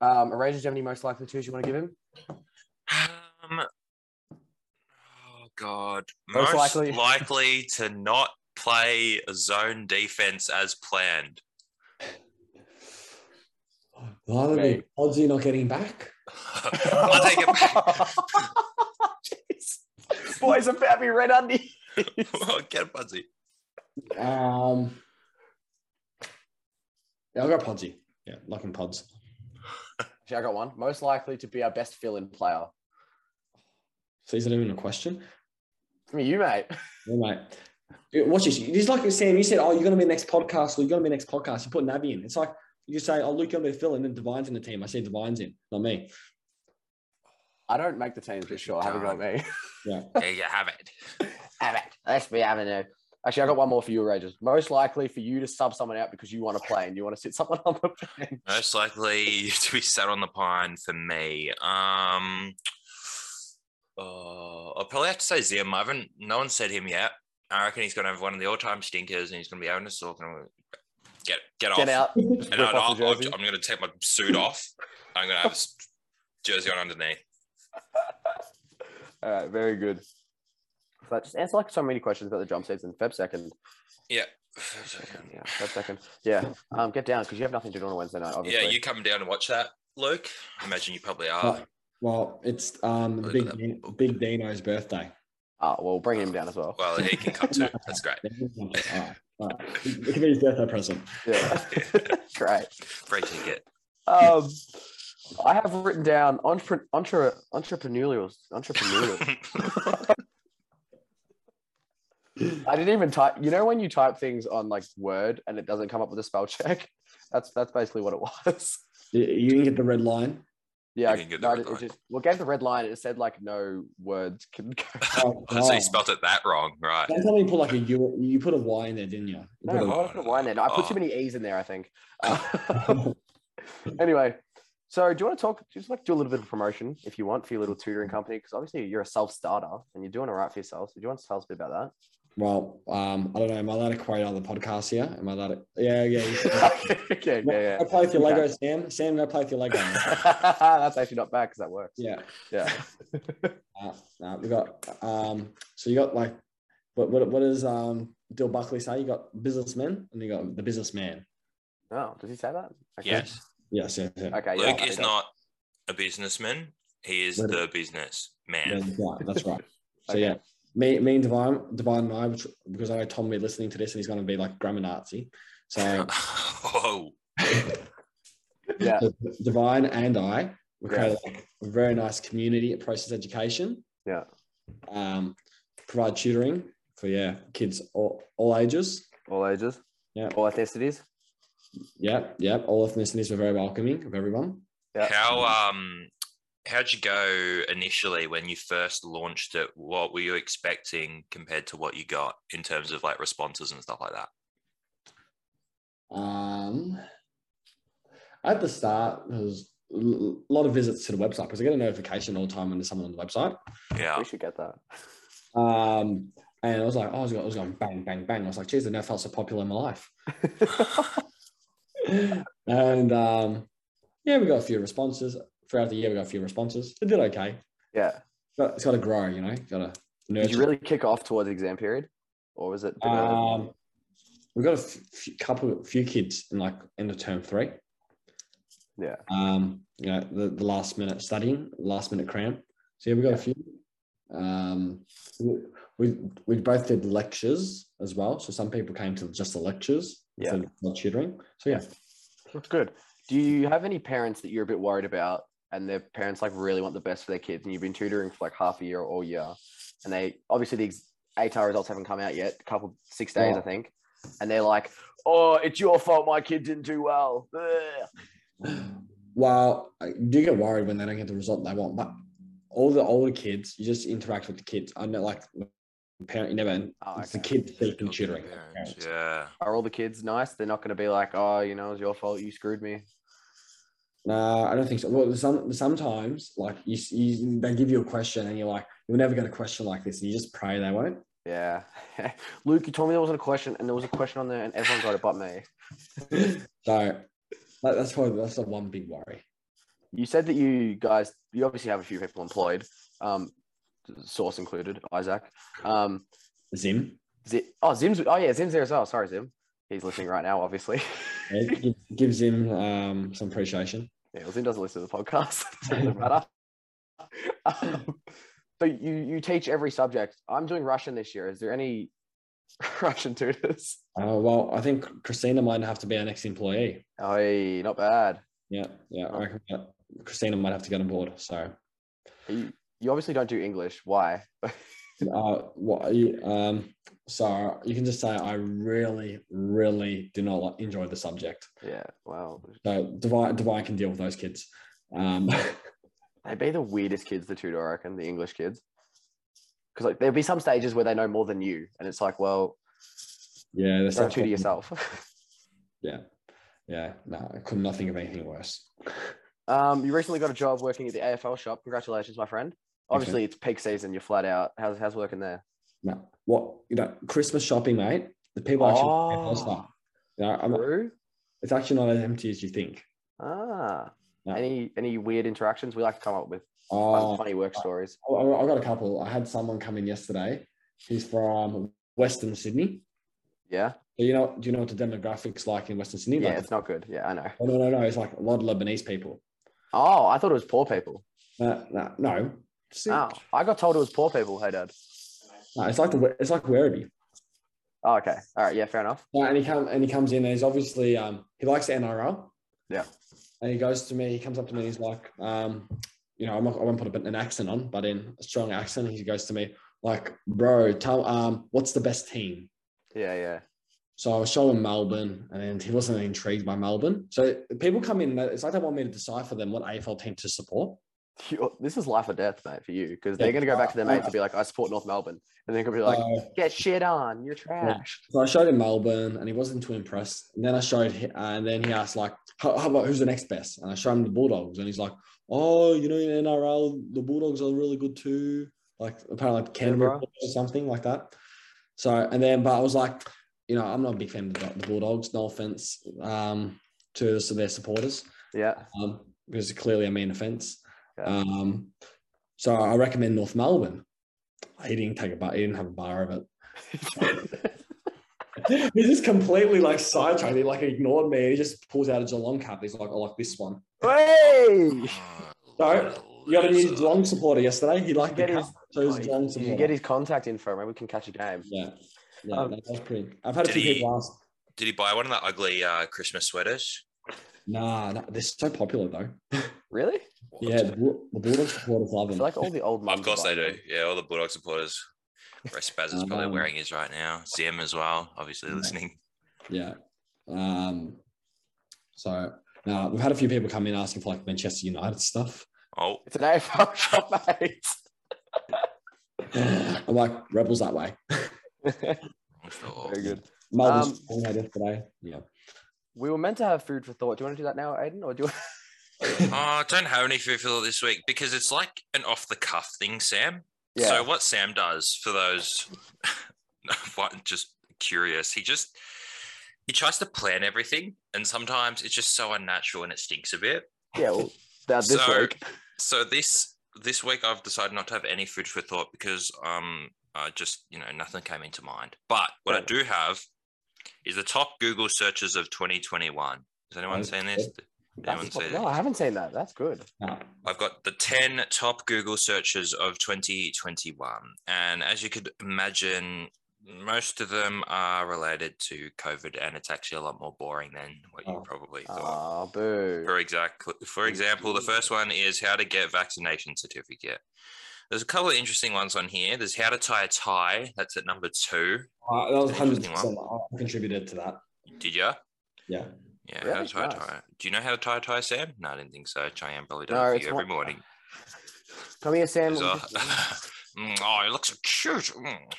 [SPEAKER 2] Um, Erasure, do you have any most likely twos you want to give him?
[SPEAKER 1] Um, oh, God.
[SPEAKER 2] Most
[SPEAKER 1] Most,
[SPEAKER 2] likely-
[SPEAKER 1] likely. to not play zone defense as planned.
[SPEAKER 3] Lila
[SPEAKER 2] Me.
[SPEAKER 3] Lee. Oddsy not getting back.
[SPEAKER 1] I'll take it back.
[SPEAKER 2] Jeez. Boys have found me red undies.
[SPEAKER 1] Oh, Get a buzzy.
[SPEAKER 3] Um, yeah, I'll go Podsy. Yeah, liking Pods.
[SPEAKER 2] Actually, I got one. Most likely to be our best fill-in player.
[SPEAKER 3] So is that even a question?
[SPEAKER 2] I mean, you, mate.
[SPEAKER 3] Yeah, mate. Dude, Watch this. It's like Sam, you said, oh, you're going to be next podcast, or you're going to be next podcast. You put Navi in. It's like you say, oh, Luke, you're going to be Phil, and then Divine's in the team. I say Divine's in, not me.
[SPEAKER 2] I don't make the teams, but sure, have a go at me.
[SPEAKER 1] There you have it.
[SPEAKER 2] Have it. Let's be having it. Actually, I got one more for you, Rangers. Most likely for you to sub someone out because you want to play and you want to sit someone on the bench.
[SPEAKER 1] Most likely to be sat on the pine for me. Um, Oh, I'll probably have to say Zim. I haven't. No one said him yet. I reckon he's going to have one of the all-time stinkers, and he's going to be having a sock and get get off.
[SPEAKER 2] Get out.
[SPEAKER 1] And
[SPEAKER 2] Rip
[SPEAKER 1] I'd,
[SPEAKER 2] off the
[SPEAKER 1] I'll- I'll-
[SPEAKER 2] jersey.
[SPEAKER 1] I'm going to take my suit off. I'm going to have a s- jersey on underneath.
[SPEAKER 2] All right, very good. But just answer like so many questions about the jump sets in Feb second. Yeah, Feb second. Yeah. Um, get down because you have nothing to do on a Wednesday night, obviously.
[SPEAKER 1] Yeah, you come down and watch that, Luke. I imagine you probably are.
[SPEAKER 3] Well, well, it's um
[SPEAKER 1] Look
[SPEAKER 3] Big
[SPEAKER 1] at that
[SPEAKER 3] Dino-
[SPEAKER 1] book.
[SPEAKER 3] Big Dino's birthday.
[SPEAKER 2] Ah, well, bring him down as well.
[SPEAKER 1] Well, he can come too. That's great.
[SPEAKER 3] All right, all right. It could be his birthday present.
[SPEAKER 2] Yeah. Great.
[SPEAKER 1] Free ticket.
[SPEAKER 2] Um, I have written down entre- entre- entrepreneurial. Entrepreneurial. I didn't even type. You know when you type things on like Word and it doesn't come up with a spell check? That's that's basically what it was.
[SPEAKER 3] You, you didn't get the red line.
[SPEAKER 2] Yeah.
[SPEAKER 1] You
[SPEAKER 2] I-
[SPEAKER 1] didn't get the
[SPEAKER 2] no, I
[SPEAKER 1] red
[SPEAKER 2] did- it
[SPEAKER 1] line.
[SPEAKER 2] just- well, gave the red line. It said like no words can go.
[SPEAKER 3] Oh,
[SPEAKER 1] Oh, so
[SPEAKER 3] wow.
[SPEAKER 1] you spelt it that wrong, right?
[SPEAKER 3] That's how you put like a U. You put a Y in there, didn't you? You
[SPEAKER 2] No,
[SPEAKER 3] put a-
[SPEAKER 1] Oh,
[SPEAKER 2] why would I put wine in? I put
[SPEAKER 1] oh.
[SPEAKER 2] too many E's in there, I think. Uh, anyway, so do you want to talk? Just like do a little bit of promotion if you want for your little tutoring company, because obviously you're a self-starter and you're doing all right for yourself. So do you want to tell us a bit about
[SPEAKER 3] Well, um, I don't know. Am I allowed to quote on the podcast here? Am I allowed to? Yeah, yeah. You should.
[SPEAKER 2] that? okay,
[SPEAKER 3] No,
[SPEAKER 2] yeah,
[SPEAKER 3] Go play with your
[SPEAKER 2] Okay.
[SPEAKER 3] Lego, Sam. Sam, go play with your Lego.
[SPEAKER 2] yeah. That's actually not bad because that works.
[SPEAKER 3] yeah.
[SPEAKER 2] Yeah.
[SPEAKER 3] Uh, no, we got. Um, so you got like, what what what does um Dill Buckley say? You got businessmen and you got the businessman.
[SPEAKER 2] No, Oh, does he say that? Okay.
[SPEAKER 1] Yes.
[SPEAKER 3] Yes, yes, yes.
[SPEAKER 2] Okay. yeah,
[SPEAKER 1] Luke
[SPEAKER 2] he
[SPEAKER 1] is
[SPEAKER 2] does.
[SPEAKER 1] not a businessman. He is
[SPEAKER 3] Let it-
[SPEAKER 1] the business
[SPEAKER 3] Yeah,
[SPEAKER 1] man.
[SPEAKER 3] right, that's right. So
[SPEAKER 2] Okay.
[SPEAKER 3] yeah, me, me and Divine, Divine and I, which, because I know Tom will be listening to this and he's going to be like grammar Nazi. So
[SPEAKER 1] Whoa.
[SPEAKER 2] Yeah.
[SPEAKER 3] Divine and I, we created like a very nice community at Process Education.
[SPEAKER 2] Yeah.
[SPEAKER 3] Um, provide tutoring for yeah kids all, all ages.
[SPEAKER 2] All ages.
[SPEAKER 3] Yeah.
[SPEAKER 2] All ethnicities.
[SPEAKER 3] Yep, yep. All ethnicities were very welcoming of everyone.
[SPEAKER 2] Yeah.
[SPEAKER 1] How um how'd you go initially when you first launched it? What were you expecting compared to what you got in terms of like responses and stuff like that?
[SPEAKER 3] Um, at the start, there was a lot of visits to the website because I get a notification all the time when there's someone on the website.
[SPEAKER 1] Yeah.
[SPEAKER 2] We should get that.
[SPEAKER 3] Um, and I was like, oh, I was going, I was going bang, bang, bang. I was like, geez, I never felt so popular in my life. and um, yeah, we got a few responses throughout the year. We got a few responses. It did okay,
[SPEAKER 2] yeah.
[SPEAKER 3] but it's got to grow, you know. Got to nurture.
[SPEAKER 2] Did you really kick off towards exam period, or was it? a bit early?
[SPEAKER 3] um, we got a f- f- couple, few kids in like end of term three.
[SPEAKER 2] Yeah.
[SPEAKER 3] Um, you know, the, the last minute studying, last minute cram. So yeah, we got a few. Um, we, we we both did lectures as well. So some people came to just the lectures
[SPEAKER 2] Yeah.
[SPEAKER 3] instead of the tutoring. So yeah,
[SPEAKER 2] That's good. Do you have any parents that you're a bit worried about and their parents like really want the best for their kids and you've been tutoring for like half a year or all year and they obviously the ex- ATAR results haven't come out yet, a couple six days
[SPEAKER 3] Yeah.
[SPEAKER 2] I think, and they're like, "Oh, it's your fault my kid didn't do well." Ugh."
[SPEAKER 3] well, I do get worried when they don't get the result they want. But all the older kids, you just interact with the kids. I know, like, the parent, you never.
[SPEAKER 2] Oh,
[SPEAKER 3] It's the
[SPEAKER 2] okay.
[SPEAKER 3] kids seeking tutoring. Parents.
[SPEAKER 1] Yeah.
[SPEAKER 2] Are all the kids nice? They're not going to be like, "Oh, you know, it's your fault. You screwed me."
[SPEAKER 3] No, I don't think so. Well, some sometimes like you, you they give you a question and you're like, you're never going to question like this, and you just pray they won't.
[SPEAKER 2] Yeah, Luke, you told me there wasn't a question, and there was a question on there, and everyone got it but me.
[SPEAKER 3] So that, that's probably that's the one big worry.
[SPEAKER 2] You said that you guys, you obviously have a few people employed, um, source included, Isaac. Um,
[SPEAKER 3] Zim,
[SPEAKER 2] Zim, oh, Zim's, oh yeah, Zim's there as well. Sorry, Zim. He's listening right now, obviously.
[SPEAKER 3] eh, give, gives him um, some appreciation.
[SPEAKER 2] Yeah, well, Zim doesn't listen to the podcast. so it doesn't matter. Um, so you you teach every subject. I'm doing Russian this year. Is there any Russian tutors?
[SPEAKER 3] Uh, well, I think Christina might have to be our next employee.
[SPEAKER 2] Oh, not bad.
[SPEAKER 3] Yeah, yeah, I reckon that Christina might have to get on board. So,
[SPEAKER 2] You, you obviously don't do English. Why?
[SPEAKER 3] uh, what? Are you, um, so you can just say I really, really do not like, enjoy the subject.
[SPEAKER 2] Yeah, well,
[SPEAKER 3] So Divine, Divine can deal with those kids. Um,
[SPEAKER 2] They'd be the weirdest kids to tutor, I reckon, the English kids. Because like there'll be some stages where they know more than you, and it's like, well,
[SPEAKER 3] yeah, that's
[SPEAKER 2] don't tutor yourself.
[SPEAKER 3] Yeah, yeah. No, I could not think of anything worse.
[SPEAKER 2] um, you recently got a job working at the AFL shop. Congratulations, my friend. Obviously, it's peak season. You're flat out. How's how's working there?
[SPEAKER 3] No. What you know, Christmas shopping, mate. The people actually buy
[SPEAKER 2] Oh.
[SPEAKER 3] their stuff. You know, I'm-
[SPEAKER 2] True.
[SPEAKER 3] it's actually not as empty as you think.
[SPEAKER 2] Ah.
[SPEAKER 3] No.
[SPEAKER 2] Any any weird interactions? We like to come up with fun,
[SPEAKER 3] Oh,
[SPEAKER 2] funny work stories.
[SPEAKER 3] I- I, I got a couple. I had someone come in yesterday. He's from Western Sydney.
[SPEAKER 2] Yeah.
[SPEAKER 3] So you know, do you know what the demographics like in Western Sydney?
[SPEAKER 2] Yeah,
[SPEAKER 3] Like,
[SPEAKER 2] it's not good. Yeah, I know.
[SPEAKER 3] oh, no, no, no. It's like a lot of Lebanese people.
[SPEAKER 2] Oh, I thought it was poor people.
[SPEAKER 3] Uh, no, no. See,
[SPEAKER 2] Oh, I got told it was poor people. Hey, Dad.
[SPEAKER 3] no, it's like the it's like Werribee.
[SPEAKER 2] Oh, okay. All right. Yeah, fair enough.
[SPEAKER 3] No, and he come and he comes in and he's obviously um he likes the NRL.
[SPEAKER 2] Yeah.
[SPEAKER 3] And he goes to me, he comes up to me and he's like, um, you know, I'm not, I won't put a bit, an accent on, but in a strong accent, he goes to me, like, bro, tell um, what's the best team?
[SPEAKER 2] Yeah, yeah.
[SPEAKER 3] So I was showing Melbourne and he wasn't intrigued by Melbourne. So people come in, and it's like they want me to decipher them what AFL team to support.
[SPEAKER 2] You- this is life or death, mate, for you, because
[SPEAKER 3] Yeah. Oh.
[SPEAKER 2] they're going to go back to their
[SPEAKER 3] Uh,
[SPEAKER 2] mates and be like, "I support North Melbourne," and they're going to be like,
[SPEAKER 3] So-
[SPEAKER 2] "Get shit on, you're trash."
[SPEAKER 3] so I showed him Melbourne and he wasn't too impressed. And then I showed him, and then he asked, like, how, how about who's the next best? And I showed him the Bulldogs and he's like, oh, you know, in NRL, the Bulldogs are really good too. Like, apparently, like Canberra
[SPEAKER 2] Canberra.
[SPEAKER 3] or something like that. So, and then, but I was like, you know, I'm not a big fan of the Bulldogs, no offense um, to, to their supporters
[SPEAKER 2] Yeah,
[SPEAKER 3] um, because clearly I mean offence.
[SPEAKER 2] Yeah.
[SPEAKER 3] Um, so I recommend North Melbourne. He didn't take a bar. He didn't have a bar of it. he just completely like sidetracked. He like ignored me. He just pulls out a Geelong cap. He's like, I like this one.
[SPEAKER 2] hey,
[SPEAKER 3] So, You got a new Geelong supporter yesterday. He liked the
[SPEAKER 2] Get his-
[SPEAKER 3] cap. So he's a Geelong
[SPEAKER 2] Did you
[SPEAKER 3] supporter.
[SPEAKER 2] get his contact info? Maybe we can catch a game.
[SPEAKER 3] yeah. Yeah,
[SPEAKER 2] Um,
[SPEAKER 3] that was pretty. I've had a
[SPEAKER 1] Did
[SPEAKER 3] few
[SPEAKER 1] he-
[SPEAKER 3] people ask.
[SPEAKER 1] Did he buy one of the ugly uh, Christmas sweaters?
[SPEAKER 3] Nah, nah, they're so popular though.
[SPEAKER 2] Really?
[SPEAKER 3] Yeah, the, Bull- the Bulldogs supporters love
[SPEAKER 2] I
[SPEAKER 3] them.
[SPEAKER 2] feel like all the old mums.
[SPEAKER 1] Of course
[SPEAKER 2] are
[SPEAKER 1] they
[SPEAKER 2] like um,
[SPEAKER 1] do.
[SPEAKER 2] that.
[SPEAKER 1] Yeah, all the Bulldog supporters. Ray Spaz is probably
[SPEAKER 3] Um,
[SPEAKER 1] wearing his right now. Zim as well, obviously
[SPEAKER 3] Yeah.
[SPEAKER 1] listening.
[SPEAKER 3] Yeah. Um, so now we've had a few people come in asking for like Manchester United stuff.
[SPEAKER 1] Oh,
[SPEAKER 2] It's an AFL shop, mate.
[SPEAKER 3] I'm like Rebels that way.
[SPEAKER 1] sure.
[SPEAKER 2] Very good.
[SPEAKER 3] Melbourne's
[SPEAKER 2] Um,
[SPEAKER 3] playing yesterday. Yeah.
[SPEAKER 2] We were meant to have food for thought. Do you want to do that now, Aiden, or do you?
[SPEAKER 1] Oh, I don't have any food for thought this week because it's like an off the cuff thing, Sam.
[SPEAKER 2] yeah.
[SPEAKER 1] So what Sam does for those what- just curious, he just he tries to plan everything, and sometimes it's just so unnatural and it stinks a bit.
[SPEAKER 2] yeah. Well, that this
[SPEAKER 1] So-
[SPEAKER 2] week.
[SPEAKER 1] So this this week I've decided not to have any food for thought because um I just you know nothing came into mind. But what I
[SPEAKER 2] Right.
[SPEAKER 1] do have is the top Google searches of 2021. Has anyone
[SPEAKER 3] Oh,
[SPEAKER 1] seen this? Anyone
[SPEAKER 2] That's-
[SPEAKER 1] see
[SPEAKER 2] no,
[SPEAKER 1] that?
[SPEAKER 2] I haven't seen that. That's good.
[SPEAKER 3] Nah.
[SPEAKER 1] I've got the 10 top Google searches of 2021. And as you could imagine, most of them are related to COVID, and it's actually a lot more boring than what you
[SPEAKER 3] Oh.
[SPEAKER 1] probably thought.
[SPEAKER 2] Ah, boo.
[SPEAKER 1] For exactly, for example, the first one is how to get vaccination certificate. There's a couple of interesting ones on here. There's how to tie a tie. That's at number two.
[SPEAKER 3] Uh, that was
[SPEAKER 1] Interesting
[SPEAKER 3] 100% I contributed to that.
[SPEAKER 1] Did ya?
[SPEAKER 3] Yeah.
[SPEAKER 1] Yeah, how
[SPEAKER 2] Really?
[SPEAKER 1] to tie a
[SPEAKER 2] Nice.
[SPEAKER 1] tie. Do you know how to tie a tie, Sam? No, I didn't think so. Cheyenne probably does
[SPEAKER 2] No,
[SPEAKER 1] it
[SPEAKER 2] it's
[SPEAKER 1] for you every
[SPEAKER 2] not-
[SPEAKER 1] morning.
[SPEAKER 2] Come here, Sam.
[SPEAKER 1] Is, uh, Mm, oh, it looks so cute. Mm.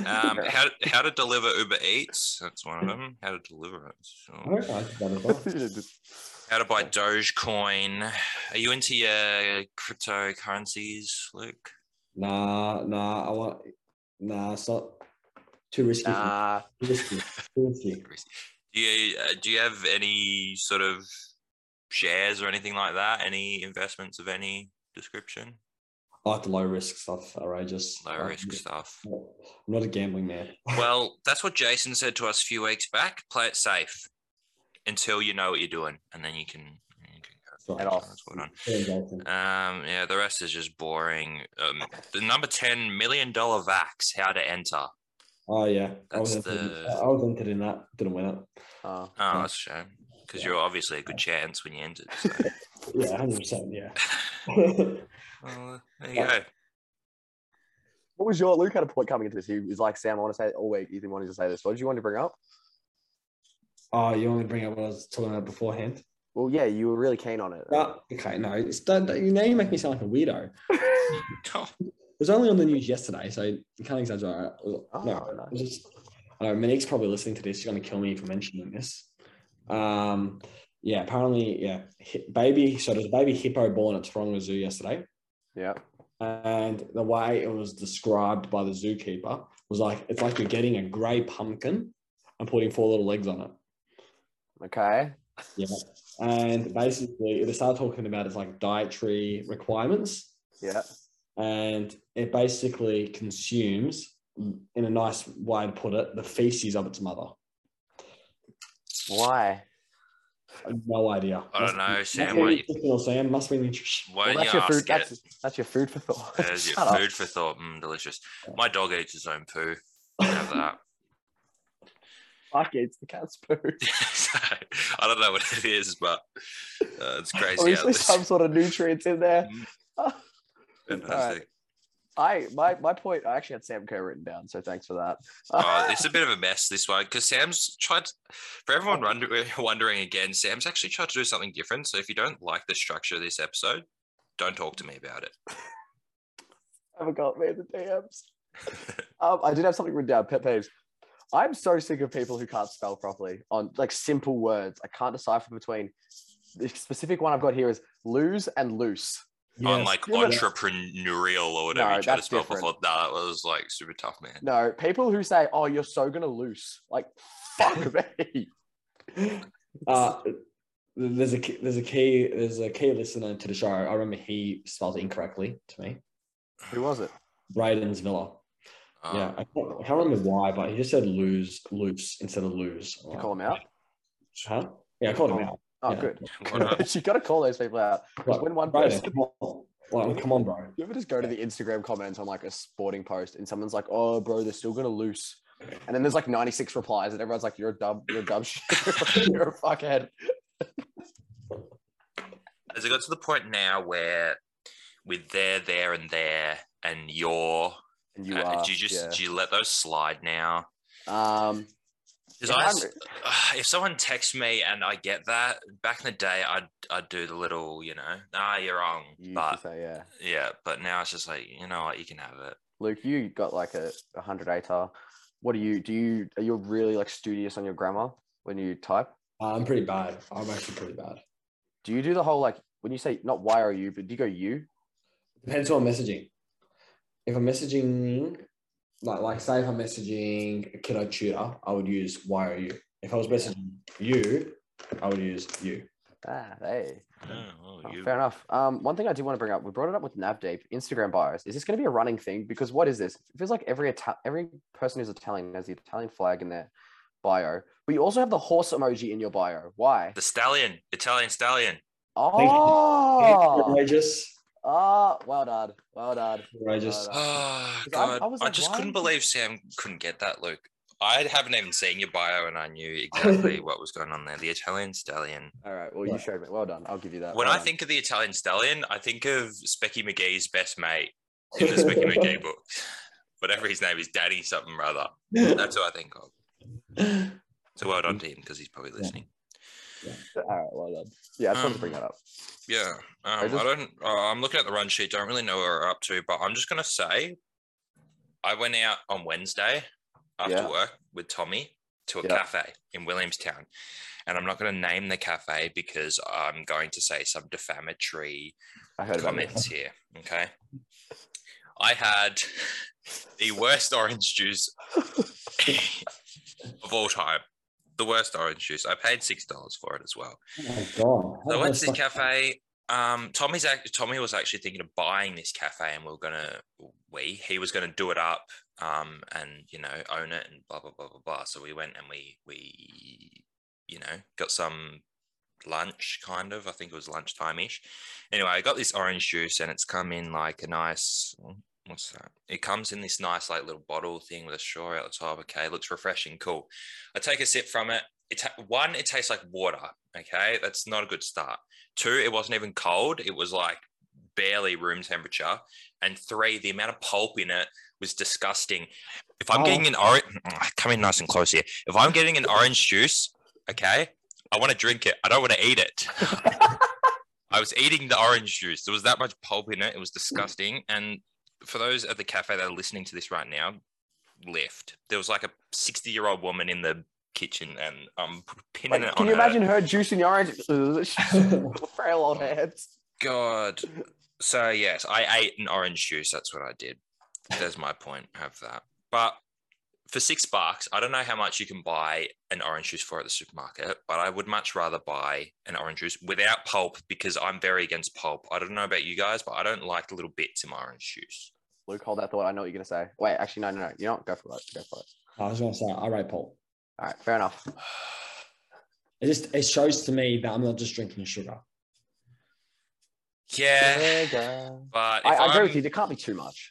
[SPEAKER 1] Um, how, how to deliver Uber Eats. That's one of them. How to deliver it.
[SPEAKER 3] I
[SPEAKER 1] So-
[SPEAKER 3] reckon I did that as well.
[SPEAKER 1] How to buy Dogecoin. Are you into your cryptocurrencies, Luke?
[SPEAKER 3] Nah, nah, I want nah, it's not too risky. for me.
[SPEAKER 2] nah,
[SPEAKER 3] Too risky. Too risky.
[SPEAKER 1] Do you, uh, do you have any sort of shares or anything like that? Any investments of any description?
[SPEAKER 3] I like the low risk stuff, outrageous.
[SPEAKER 1] Low
[SPEAKER 3] Like,
[SPEAKER 1] risk stuff.
[SPEAKER 3] I'm not a gambling man.
[SPEAKER 1] Well, that's what Jason said to us a few weeks back. Play it safe until you know what you're doing, and then you can. You can go.
[SPEAKER 3] Sorry.
[SPEAKER 2] At all.
[SPEAKER 1] That's what I'm-
[SPEAKER 3] Yeah, Jason.
[SPEAKER 1] Um, yeah, the rest is just boring. Um, the number ten million dollar vax, how to enter.
[SPEAKER 3] Oh yeah, I was,
[SPEAKER 1] That's
[SPEAKER 3] interested-
[SPEAKER 1] the-
[SPEAKER 3] I was interested in that. Didn't win it.
[SPEAKER 2] Oh,
[SPEAKER 1] Oh, that's a shame because you're obviously a good chance when you entered. So.
[SPEAKER 3] Yeah, hundred percent. Yeah.
[SPEAKER 1] well, there you go.
[SPEAKER 2] what was your Luke had a point coming into this? He was like, Sam, I want to say all week. Ethan wanted to say this. What did you want to bring up?
[SPEAKER 3] oh, you want me to bring up what I was talking about beforehand?
[SPEAKER 2] Well, yeah, you were really keen on it.
[SPEAKER 3] No, okay, no. It's, don't, don't- you now you make me sound like a weirdo. It
[SPEAKER 1] Oh,
[SPEAKER 3] was only on the news yesterday, so you can't exaggerate. No,
[SPEAKER 2] Oh,
[SPEAKER 3] it was just, I don't know, Monique's probably listening to this. She's gonna kill me for mentioning this. Um, yeah, apparently, yeah, hi- baby. So there's a baby hippo born at Taronga Zoo yesterday.
[SPEAKER 2] yeah.
[SPEAKER 3] And the way it was described by the zookeeper was like it's like you're getting a grey pumpkin and putting four little legs on it.
[SPEAKER 2] Okay.
[SPEAKER 3] Yeah. And basically, they started talking about its like dietary requirements,
[SPEAKER 2] Yeah.
[SPEAKER 3] and it basically consumes, in a nice way to put it, the feces of its mother.
[SPEAKER 2] Why?
[SPEAKER 3] I have no idea.
[SPEAKER 1] I don't know, Sam,
[SPEAKER 3] Must
[SPEAKER 1] why
[SPEAKER 3] be
[SPEAKER 1] you-
[SPEAKER 3] nutritional, Sam must be nutrition.
[SPEAKER 1] Why
[SPEAKER 2] Well,
[SPEAKER 1] don't
[SPEAKER 2] that's
[SPEAKER 1] you
[SPEAKER 2] your food.
[SPEAKER 1] ask it?
[SPEAKER 2] That's, that's your food for thought.
[SPEAKER 1] There's your
[SPEAKER 2] Shut up.
[SPEAKER 1] food for thought. Mm, delicious. My dog eats his own poo. Have that.
[SPEAKER 2] Fuck it, it's the cat's poo.
[SPEAKER 1] so, I don't know what it is, but uh, it's crazy. how
[SPEAKER 2] Obviously,
[SPEAKER 1] this-
[SPEAKER 2] some sort of nutrients in there.
[SPEAKER 1] Fantastic.
[SPEAKER 2] I my my point. I actually had Sam Kerr written down, so thanks for that.
[SPEAKER 1] Oh, it's a bit of a mess this one because Sam's tried. To, for everyone
[SPEAKER 2] Oh.
[SPEAKER 1] wonder, wondering again, Sam's actually tried to do something different. So if you don't like the structure of this episode, don't talk to me about it.
[SPEAKER 2] haven't got me in the DMs. um, I did have something written down. Pet peeves. I'm so sick of people who can't spell properly on like simple words. I can't decipher between. The specific one I've got here is lose and loose.
[SPEAKER 1] On
[SPEAKER 3] Yes.
[SPEAKER 1] like
[SPEAKER 2] Yeah, but-
[SPEAKER 1] entrepreneurial or whatever
[SPEAKER 2] No,
[SPEAKER 1] you tried to
[SPEAKER 2] that's
[SPEAKER 1] spell
[SPEAKER 2] different.
[SPEAKER 1] before. Nah, that was like super tough, man.
[SPEAKER 2] No, people who say, "Oh, you're so gonna loose," like fuck me.
[SPEAKER 3] Uh, there's a key- there's a key there's a key listener to the show. I remember he spelled it incorrectly to me.
[SPEAKER 2] Who was it?
[SPEAKER 3] Braden's Villa.
[SPEAKER 1] Uh,
[SPEAKER 3] yeah, I can't, I can't remember why, but he just said lose loops instead of lose.
[SPEAKER 2] Did you call him out?
[SPEAKER 3] Huh? Yeah, I called him out.
[SPEAKER 2] Oh,
[SPEAKER 3] Oh, Yeah.
[SPEAKER 2] good.
[SPEAKER 1] what a-
[SPEAKER 2] you got to call those people out. 'Cause
[SPEAKER 3] Like,
[SPEAKER 2] when one
[SPEAKER 3] Braden,
[SPEAKER 2] person
[SPEAKER 3] come on, Like, come on, bro.
[SPEAKER 2] You ever just go to the Instagram comments on like a sporting post and someone's like, "Oh, bro, they're still gonna lose," and then there's like 96 replies and everyone's like, "You're a dumb, you're a dumb shit, you're a fuckhead."
[SPEAKER 1] Has it got to the point now where with there, there, and there, and your,
[SPEAKER 2] And you
[SPEAKER 1] uh,
[SPEAKER 2] are.
[SPEAKER 1] do you just
[SPEAKER 2] yeah.
[SPEAKER 1] do you let those slide now?
[SPEAKER 2] um,
[SPEAKER 1] Because
[SPEAKER 2] if
[SPEAKER 1] I,
[SPEAKER 2] I'm
[SPEAKER 1] s- if someone texts me and I get that back in the day, I'd I'd do the little, you know, ah, you're wrong,
[SPEAKER 2] you used to
[SPEAKER 1] but
[SPEAKER 2] say, yeah,
[SPEAKER 1] yeah, but now it's just like you know what, you can have it.
[SPEAKER 2] Luke, you got like a 100 ATAR. What do you do? You are you really like studious on your grammar when you type?
[SPEAKER 3] Uh, I'm pretty bad. I'm actually pretty bad.
[SPEAKER 2] Do you do the whole like when you say not why are you, but do you go you?
[SPEAKER 3] Depends on messaging. If I'm messaging, like like say if I'm messaging a kiddo tutor, I would use why are you. If I was messaging you, I would use you.
[SPEAKER 2] Ah, hey.
[SPEAKER 1] Oh, well,
[SPEAKER 2] Oh,
[SPEAKER 1] you-
[SPEAKER 2] fair enough. Um, one thing I do want to bring up, we brought it up with Navdeep, Instagram bios. Is this going to be a running thing? Because what is this? It feels like every Ita- every person who's Italian has the Italian flag in their bio, but you also have the horse emoji in your bio. Why?
[SPEAKER 1] the stallion, Italian stallion.
[SPEAKER 2] Oh,
[SPEAKER 3] Outrageous.
[SPEAKER 2] ah, well done, well done.
[SPEAKER 3] Outrageous.
[SPEAKER 2] Well done.
[SPEAKER 1] Oh
[SPEAKER 2] 'Cause I'm-
[SPEAKER 1] god,
[SPEAKER 2] I
[SPEAKER 1] I,
[SPEAKER 2] was like,
[SPEAKER 1] just
[SPEAKER 2] why
[SPEAKER 1] couldn't
[SPEAKER 2] did-
[SPEAKER 1] believe Sam couldn't get that, Luke. I haven't even seen your bio, and I knew exactly what was going on there. The Italian stallion.
[SPEAKER 2] All right, well you showed me. Well done. I'll give you that.
[SPEAKER 1] When
[SPEAKER 2] Well
[SPEAKER 1] I
[SPEAKER 2] done.
[SPEAKER 1] think of the Italian stallion, I think of Specky McGee's best mate in the Specky McGee book. Whatever his name is, Daddy something or other. That's what I think of. So well done to him because he's probably listening.
[SPEAKER 2] all right, well done. Yeah, I just wanted to
[SPEAKER 1] Um,
[SPEAKER 2] bring that up.
[SPEAKER 1] Yeah, um,
[SPEAKER 2] I
[SPEAKER 1] I,
[SPEAKER 2] just-
[SPEAKER 1] don't. Uh, I'm looking at the run sheet. Don't really know where we're up to, but I'm just gonna say, I went out on Wednesday after
[SPEAKER 2] Yeah.
[SPEAKER 1] work with Tommy to a
[SPEAKER 2] Yeah.
[SPEAKER 1] cafe in Williamstown, and I'm not gonna name the cafe because I'm going to say some defamatory
[SPEAKER 2] I heard about it.
[SPEAKER 1] comments here. Okay. I had the worst orange juice of all time. The worst orange juice. I paid six dollars for it as well.
[SPEAKER 3] Oh my god.
[SPEAKER 1] So I
[SPEAKER 3] How
[SPEAKER 1] went
[SPEAKER 3] does
[SPEAKER 1] to this
[SPEAKER 3] that-
[SPEAKER 1] cafe. Um, Tommy's act- Tommy was actually thinking of buying this cafe, and we were gonna we he was gonna do it up, um, and you know own it and blah blah blah blah blah. So we went and we we you know got some lunch kind of. I think it was lunchtime ish. Anyway, I got this orange juice, and it's come in like a nice what's that? It comes in this nice like little bottle thing with a straw out the top. Okay, looks refreshing, cool. I take a sip from it. It ta- one, it tastes like water. Okay, that's not a good start. Two, it wasn't even cold. It was like barely room temperature. And three, the amount of pulp in it was disgusting. If I'm
[SPEAKER 3] Oh.
[SPEAKER 1] getting an orange, come in nice and close here. If I'm getting an orange juice, okay, I want to drink it. I don't want to eat it. I was eating the orange juice. There was that much pulp in it. It was disgusting. And for those at the cafe that are listening to this right now, left. There was like a 60 year old woman in the kitchen, and I'm pinning
[SPEAKER 2] Like,
[SPEAKER 1] it on
[SPEAKER 2] can you
[SPEAKER 1] her.
[SPEAKER 2] imagine her juicing the orange? Frail old hands.
[SPEAKER 1] God, So yes, I ate an orange juice. That's what I did. There's my point. Have that. But for six bucks, I don't know how much you can buy an orange juice for at the supermarket, but I would much rather buy an orange juice without pulp because I'm very against pulp. I don't know about you guys, but I don't like the little bits in my orange juice.
[SPEAKER 2] Luke, hold that thought. I know what you're gonna say. Wait, actually, no, no, no. You know what? Go for it. Go for it.
[SPEAKER 3] I was going to say, all right, Paul.
[SPEAKER 2] All right, fair enough.
[SPEAKER 3] It just it shows to me that I'm not just drinking sugar.
[SPEAKER 1] Yeah,
[SPEAKER 2] Sugar.
[SPEAKER 1] but if
[SPEAKER 2] I, I agree
[SPEAKER 1] I'm-
[SPEAKER 2] with you. There can't be too much.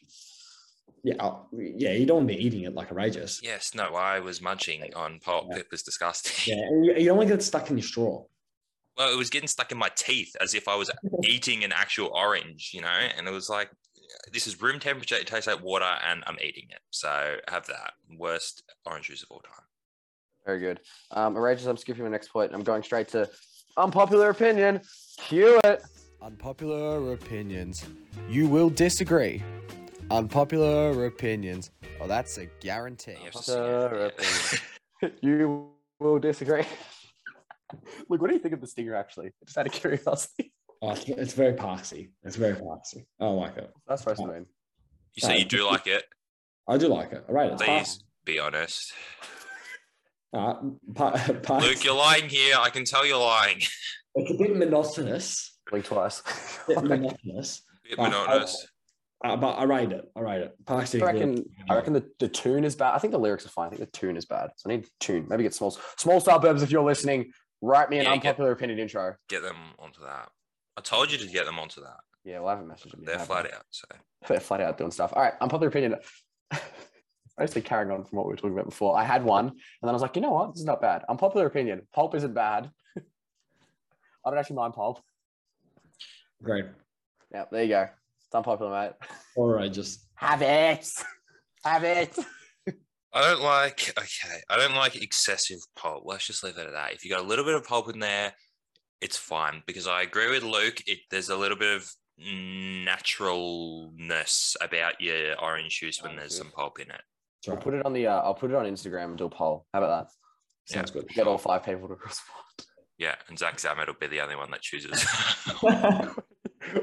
[SPEAKER 3] Yeah, I'll- yeah, you don't want to be eating it like outrageous. Yeah,
[SPEAKER 1] Yes, no, I was munching on pulp.
[SPEAKER 3] Yeah.
[SPEAKER 1] It was disgusting.
[SPEAKER 3] and you, you don't want to get stuck in your straw.
[SPEAKER 1] Well, it was getting stuck in my teeth as if I was eating an actual orange, you know. And it was like, this is room temperature. It tastes like water, and I'm eating it. So have that worst orange juice of all time.
[SPEAKER 2] Very good. Um, outrageous. I'm skipping my next point. I'm going straight to unpopular opinion. Cue it. Unpopular opinions. You will disagree. Unpopular opinions. Oh, that's a guarantee.
[SPEAKER 1] You have to sing
[SPEAKER 2] Unpopular
[SPEAKER 1] it.
[SPEAKER 2] opinion.
[SPEAKER 1] Yeah.
[SPEAKER 2] you will disagree. Look, what do you think of the stinger? Actually, just out of curiosity.
[SPEAKER 3] Oh, it's, it's very parksy. It's very parksy. I don't like it.
[SPEAKER 2] That's first name.
[SPEAKER 1] you say you do like it.
[SPEAKER 3] I do like it. All right, it's
[SPEAKER 1] Please be honest.
[SPEAKER 3] All right, par- par-
[SPEAKER 1] Luke, you're lying here. I can tell you're lying.
[SPEAKER 3] It's a bit monotonous.
[SPEAKER 2] Blink twice.
[SPEAKER 3] A bit monotonous.
[SPEAKER 1] Bit
[SPEAKER 3] Uh, I-
[SPEAKER 1] monotonous.
[SPEAKER 3] Uh, but I rate it. I rate it. Parksy.
[SPEAKER 2] I
[SPEAKER 3] is good.
[SPEAKER 2] reckon. I reckon the, the tune is bad. I think the lyrics are fine. I think the tune is bad. So I need tune. Maybe get small small suburbs if you're listening. Write me an
[SPEAKER 1] Yeah, get-
[SPEAKER 2] unpopular opinion intro.
[SPEAKER 1] Get them onto that. I told you to get them onto that.
[SPEAKER 2] Yeah, well, I haven't messaged them. yet,
[SPEAKER 1] They're
[SPEAKER 2] have
[SPEAKER 1] flat
[SPEAKER 2] I?
[SPEAKER 1] out. So
[SPEAKER 2] They're flat out doing stuff. All right, unpopular opinion. Mostly carrying on from what we were talking about before. I had one, and then I was like, you know what? This is not bad. Unpopular opinion. Pulp isn't bad. I don't actually mind pulp.
[SPEAKER 3] Great.
[SPEAKER 2] Yeah, there you go. It's unpopular, mate.
[SPEAKER 3] All right, just
[SPEAKER 2] Have it. Have it.
[SPEAKER 1] I don't like. Okay, I don't like excessive pulp. Let's just leave it at that. If you got a little bit of pulp in there, it's fine because I agree with Luke. It there's a little bit of naturalness about your orange juice when there's some pulp in it.
[SPEAKER 3] it's all
[SPEAKER 2] I'll
[SPEAKER 3] right.
[SPEAKER 2] put it on the. Uh, I'll put it on Instagram and do a poll. How about
[SPEAKER 3] sounds good.
[SPEAKER 2] that? Get all five people to respond.
[SPEAKER 1] Yeah, and Zach Zamet will be the only one that chooses.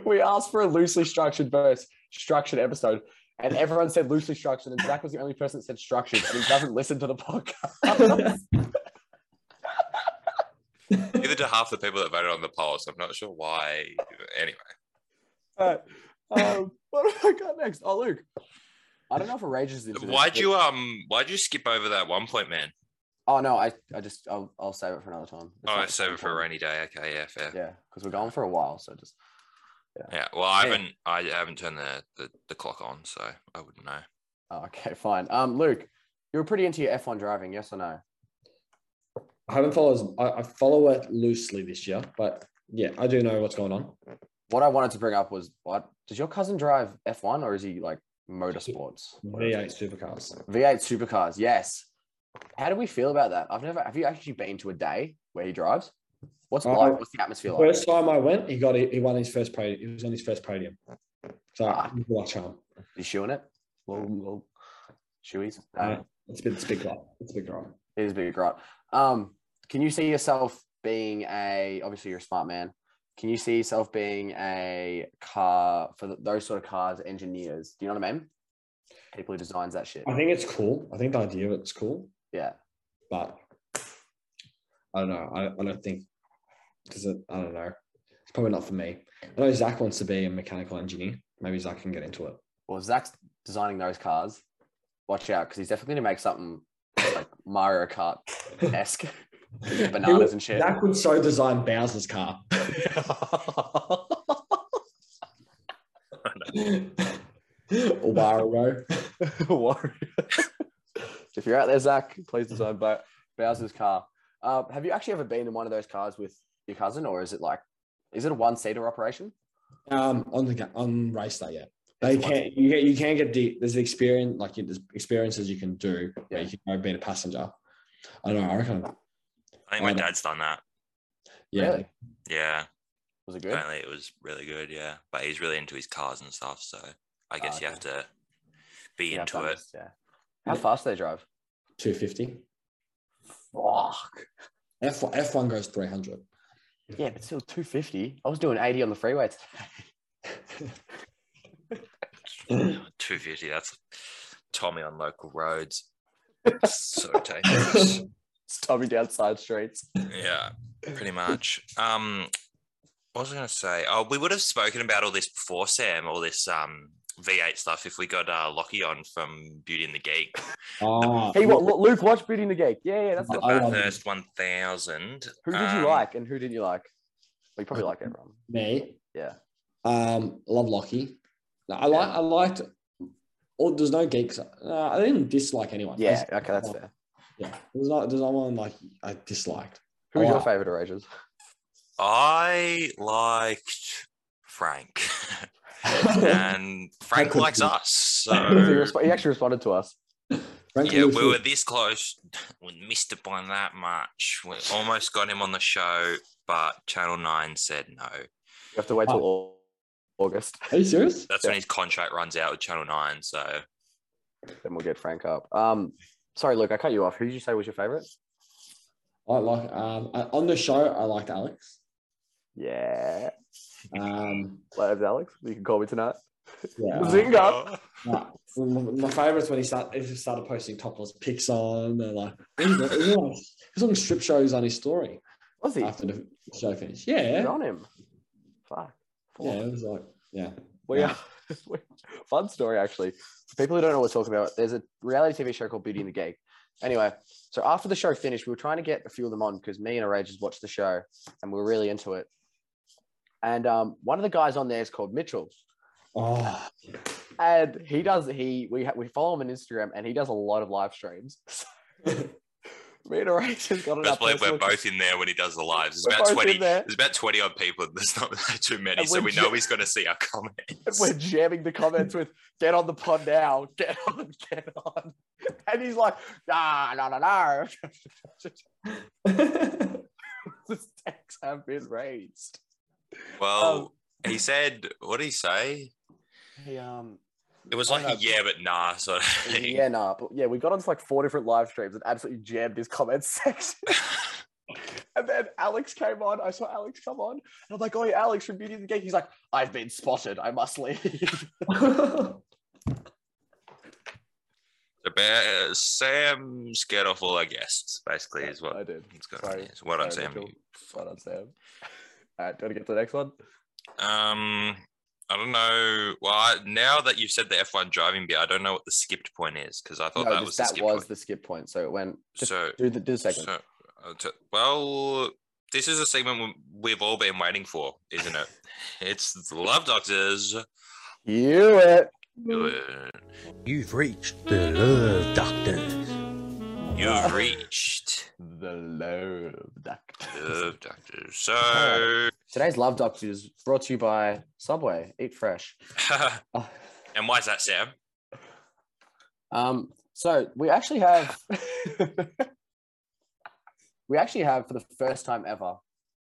[SPEAKER 2] we asked for a loosely structured verse, structured episode, and everyone said loosely structured, and Zach was the only person that said structured, and he doesn't listen to the podcast.
[SPEAKER 1] Neither do half the people that voted on the poll, so I'm not sure why. Anyway,
[SPEAKER 2] Alright, um, what have I got next? Oh, Luke. I don't know if Rage is into this,
[SPEAKER 1] why'd
[SPEAKER 2] but-
[SPEAKER 1] you um why'd you skip over that one point, man?
[SPEAKER 2] Oh no, I, I just I'll, I'll save it for another time. It's
[SPEAKER 1] Oh,
[SPEAKER 2] not
[SPEAKER 1] I save it for a
[SPEAKER 2] important.
[SPEAKER 1] rainy day. Okay, yeah, fair. Yeah.
[SPEAKER 2] Yeah, because we're going for a while, so just
[SPEAKER 1] Well, I
[SPEAKER 2] Yeah.
[SPEAKER 1] haven't I haven't turned the, the the clock on, so I wouldn't know.
[SPEAKER 2] oh, okay, fine. Um, Luke, you were pretty into your F1 driving, yes or no?
[SPEAKER 3] I haven't followed. I, I follow it loosely this year, but yeah, I do know what's going on.
[SPEAKER 2] What I wanted to bring up was what does your cousin drive F1 or is he like motorsports?
[SPEAKER 3] V8 supercars.
[SPEAKER 2] V8 supercars, yes. How do we feel about that? I've never have you actually been to a day where he drives? What's it
[SPEAKER 3] Uh,
[SPEAKER 2] like? What's the atmosphere like?
[SPEAKER 3] First time I went, he got he won his first podium. He was on his first podium. So
[SPEAKER 2] Ah.
[SPEAKER 3] you watch him.
[SPEAKER 2] You shoeing it? Little, little shoeies? No,
[SPEAKER 3] Uh, It's a bit it's a big lot. It's a big lot.
[SPEAKER 2] it is a big right. Um, can you see yourself being a obviously you're a smart man? Can you see yourself being a car for th those sort of cars engineers? Do you know what I mean? People who designs that shit.
[SPEAKER 3] I think it's cool. I think the idea of it's cool,
[SPEAKER 2] Yeah.
[SPEAKER 3] but I don't know. I, I don't think because I don't know. It's probably not for me. I know Zach wants to be a mechanical engineer. Maybe Zach can get into it.
[SPEAKER 2] Well, if Zach's designing those cars. Watch out, because he's definitely gonna make something like Mario Kart esque. Bananas and shit.
[SPEAKER 3] Zach would so design Bowser's car. or Wario.
[SPEAKER 2] Warrior. if you're out there, Zach, please design Bo- Bowser's car. Uh, have you actually ever been in one of those cars with your cousin, or is it like, is it a one seater operation?
[SPEAKER 3] Um, on the ga- on race day, yeah. They
[SPEAKER 2] It's one-
[SPEAKER 3] can you get you can get the there's the experience like you- there's experiences you can do where
[SPEAKER 2] Yeah.
[SPEAKER 3] you can go being a passenger. I don't know. I reckon.
[SPEAKER 1] I think my
[SPEAKER 3] I don't-
[SPEAKER 1] dad's done that.
[SPEAKER 3] Yeah,
[SPEAKER 2] Really?
[SPEAKER 1] Yeah,
[SPEAKER 2] Was it good?
[SPEAKER 1] apparently it was really good. Yeah, but he's really into his cars and stuff, so I guess you have to be
[SPEAKER 2] Oh, Yeah, I've
[SPEAKER 1] into
[SPEAKER 2] done
[SPEAKER 1] it.
[SPEAKER 2] this, Yeah. How fast do they drive?
[SPEAKER 3] two fifty.
[SPEAKER 2] Fuck.
[SPEAKER 3] F F one goes three hundred.
[SPEAKER 2] Yeah, but still 250. I was doing 80 on the freeway. today.
[SPEAKER 1] Two fifty. That's Tommy on local roads. so dangerous.
[SPEAKER 3] Ah,
[SPEAKER 2] It's Tommy down side streets.
[SPEAKER 1] Yeah, pretty much. Um, what was I going to say? Oh, we would have spoken about all this before, Sam. All this um V8 stuff if we got uh, Lockie on from Beauty and the Geek.
[SPEAKER 2] Oh,
[SPEAKER 3] Ah,
[SPEAKER 2] Hey, what? Lu- Luke, watch Beauty and the Geek. Yeah, yeah, that's
[SPEAKER 1] The
[SPEAKER 2] the,
[SPEAKER 3] I love
[SPEAKER 1] Bathurst One Thousand.
[SPEAKER 2] Who did
[SPEAKER 1] Um,
[SPEAKER 2] you like and who didn't you like? Well, you probably like everyone.
[SPEAKER 3] me?
[SPEAKER 2] Yeah.
[SPEAKER 3] Um, love Lockie. No, I like.
[SPEAKER 2] Yeah.
[SPEAKER 3] I liked. Or there's no geeks. Uh, I didn't dislike anyone.
[SPEAKER 2] Yeah. Okay, that's fair.
[SPEAKER 3] Yeah. There's not. There's no one like I disliked.
[SPEAKER 2] Who was your
[SPEAKER 3] Alright.
[SPEAKER 2] favorite erasures?
[SPEAKER 1] I liked Frank, and Frank
[SPEAKER 3] could
[SPEAKER 1] likes
[SPEAKER 3] be.
[SPEAKER 1] us.
[SPEAKER 2] He
[SPEAKER 1] So
[SPEAKER 2] resp- he actually responded to us.
[SPEAKER 3] Frankly,
[SPEAKER 1] yeah,
[SPEAKER 3] if
[SPEAKER 1] we were this close. We missed it by that much. We almost got him on the show, but Channel Nine said no.
[SPEAKER 2] You have to wait till Au- August,
[SPEAKER 3] Are you serious?
[SPEAKER 1] That's when his contract runs out with Channel Nine. So
[SPEAKER 2] then we'll get Frank up. Um, sorry, Luke, I cut you off. Who did you say was your favorite?
[SPEAKER 3] I like. Um, I, on the show, I liked Alex.
[SPEAKER 2] Yeah,
[SPEAKER 3] Um,
[SPEAKER 2] Labs Alex. You can call me tonight.
[SPEAKER 3] yeah.
[SPEAKER 2] Zing up.
[SPEAKER 3] Nah, my, my favorite's when he started he started posting topless pics on and like he's on- he's on- he's on strip shows on his story
[SPEAKER 2] Was he?
[SPEAKER 3] after the show finished.
[SPEAKER 2] Good
[SPEAKER 3] Yeah.
[SPEAKER 2] on him. Fuck.
[SPEAKER 3] Yeah, it was like yeah.
[SPEAKER 2] We are, we- fun story actually. For people who don't know what we're talking about, there's a reality TV show called Beauty and the Geek. Anyway, so after the show finished, we were trying to get a few of them on because me and Aragers watched the show and we were really into it. And um, one of the guys on there is called Mitchell,
[SPEAKER 3] Oh
[SPEAKER 2] and he does he we ha- we follow him on Instagram, and he does a lot of live streams. So, me and Aragers got it
[SPEAKER 1] Best
[SPEAKER 2] up.
[SPEAKER 1] believe we're both in there when he does the lives. There's about twenty. There's about twenty odd people. There's not too many,
[SPEAKER 2] And
[SPEAKER 1] so
[SPEAKER 2] we're
[SPEAKER 1] we
[SPEAKER 2] ju-
[SPEAKER 1] know he's going to see our comments.
[SPEAKER 2] we're jamming the comments with "Get on the pod now, get on, get on," and he's like, "Nah, no, no, no." The stakes have been raised.
[SPEAKER 1] Well, he said, "What did he say?"
[SPEAKER 2] Hey, um,
[SPEAKER 1] It was
[SPEAKER 2] I
[SPEAKER 1] like, a
[SPEAKER 2] don't know.
[SPEAKER 1] "Yeah, but nah." So
[SPEAKER 2] yeah, nah, but yeah, we got onto like four different live streams and absolutely jammed his comments section. And then Alex came on. I saw Alex come on, and I'm like, "Oh, yeah, Alex from Beauty and the Geek." He's like, "I've been spotted. I must leave."
[SPEAKER 1] The bear- Sam's get off all our guests, basically, is what
[SPEAKER 2] I did.
[SPEAKER 1] it's going
[SPEAKER 2] Sorry.
[SPEAKER 1] on. Is what I'm
[SPEAKER 2] Sorry,
[SPEAKER 1] saying.
[SPEAKER 2] Mitchell. Well done, Sam. All right, do you want to get to the next one?
[SPEAKER 1] Um, I don't know. Well, I, now that you've said the F1 driving bit, I don't know what the skipped point is because I thought
[SPEAKER 2] no,
[SPEAKER 1] Oh, that
[SPEAKER 2] just-
[SPEAKER 1] was the
[SPEAKER 2] that
[SPEAKER 1] skipped
[SPEAKER 2] was
[SPEAKER 1] point.
[SPEAKER 2] the skip point. So it went. Just
[SPEAKER 1] so
[SPEAKER 2] do the do the segment.
[SPEAKER 1] So, uh, t- well, this is a segment we- we've all been waiting for, isn't it? it's the Love Doctors.
[SPEAKER 2] you it.
[SPEAKER 1] You've
[SPEAKER 4] You've reached the Love Doctors.
[SPEAKER 1] Uh, reached
[SPEAKER 2] The love doctor.
[SPEAKER 1] Love Doctors. So,
[SPEAKER 2] Today's love doctor is brought to you by Subway. Eat fresh. Oh.
[SPEAKER 1] and why is that, Sam?
[SPEAKER 2] Um. So we actually have. we actually have for the first time ever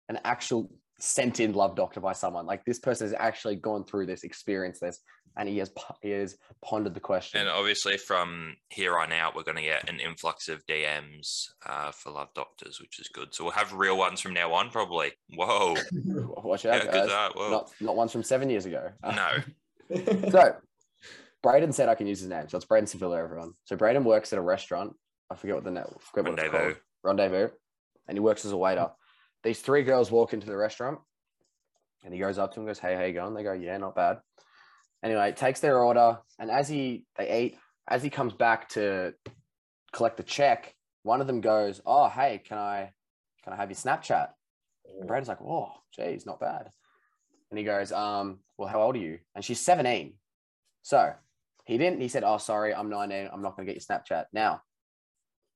[SPEAKER 2] an actual sent in love doctor by someone like this person has actually gone through this experienced this and he has po- he has pondered the question
[SPEAKER 1] And uh, obviously, from here on out, we're going to get an influx of DMs uh, for Love Doctors, which is good. So we'll have real ones from now on, probably. Whoa,
[SPEAKER 2] watch
[SPEAKER 1] how
[SPEAKER 2] out
[SPEAKER 1] good's
[SPEAKER 2] guys
[SPEAKER 1] that? Whoa,
[SPEAKER 2] not not ones from seven years ago Uh,
[SPEAKER 1] no.
[SPEAKER 2] So, Braden said I can use his name. So it's Braden Sevilla, everyone. So Braden works at a restaurant. I forget what the net, forget what it's
[SPEAKER 1] Rendezvous.
[SPEAKER 2] called. Rendezvous. And he works as a waiter. These three girls walk into the restaurant and he goes up to them and goes, Hey, how you going? They go, Yeah, not bad. Anyway, takes their order. And as he they eat, as he comes back to collect the check, one of them goes, Oh, hey, can I can I have your Snapchat? And Braden's like, Oh, geez, not bad. And he goes, um, well, how old are you? And she's 17. So he didn't, he said, oh, sorry, I'm 19. I'm not going to get your Snapchat. Now,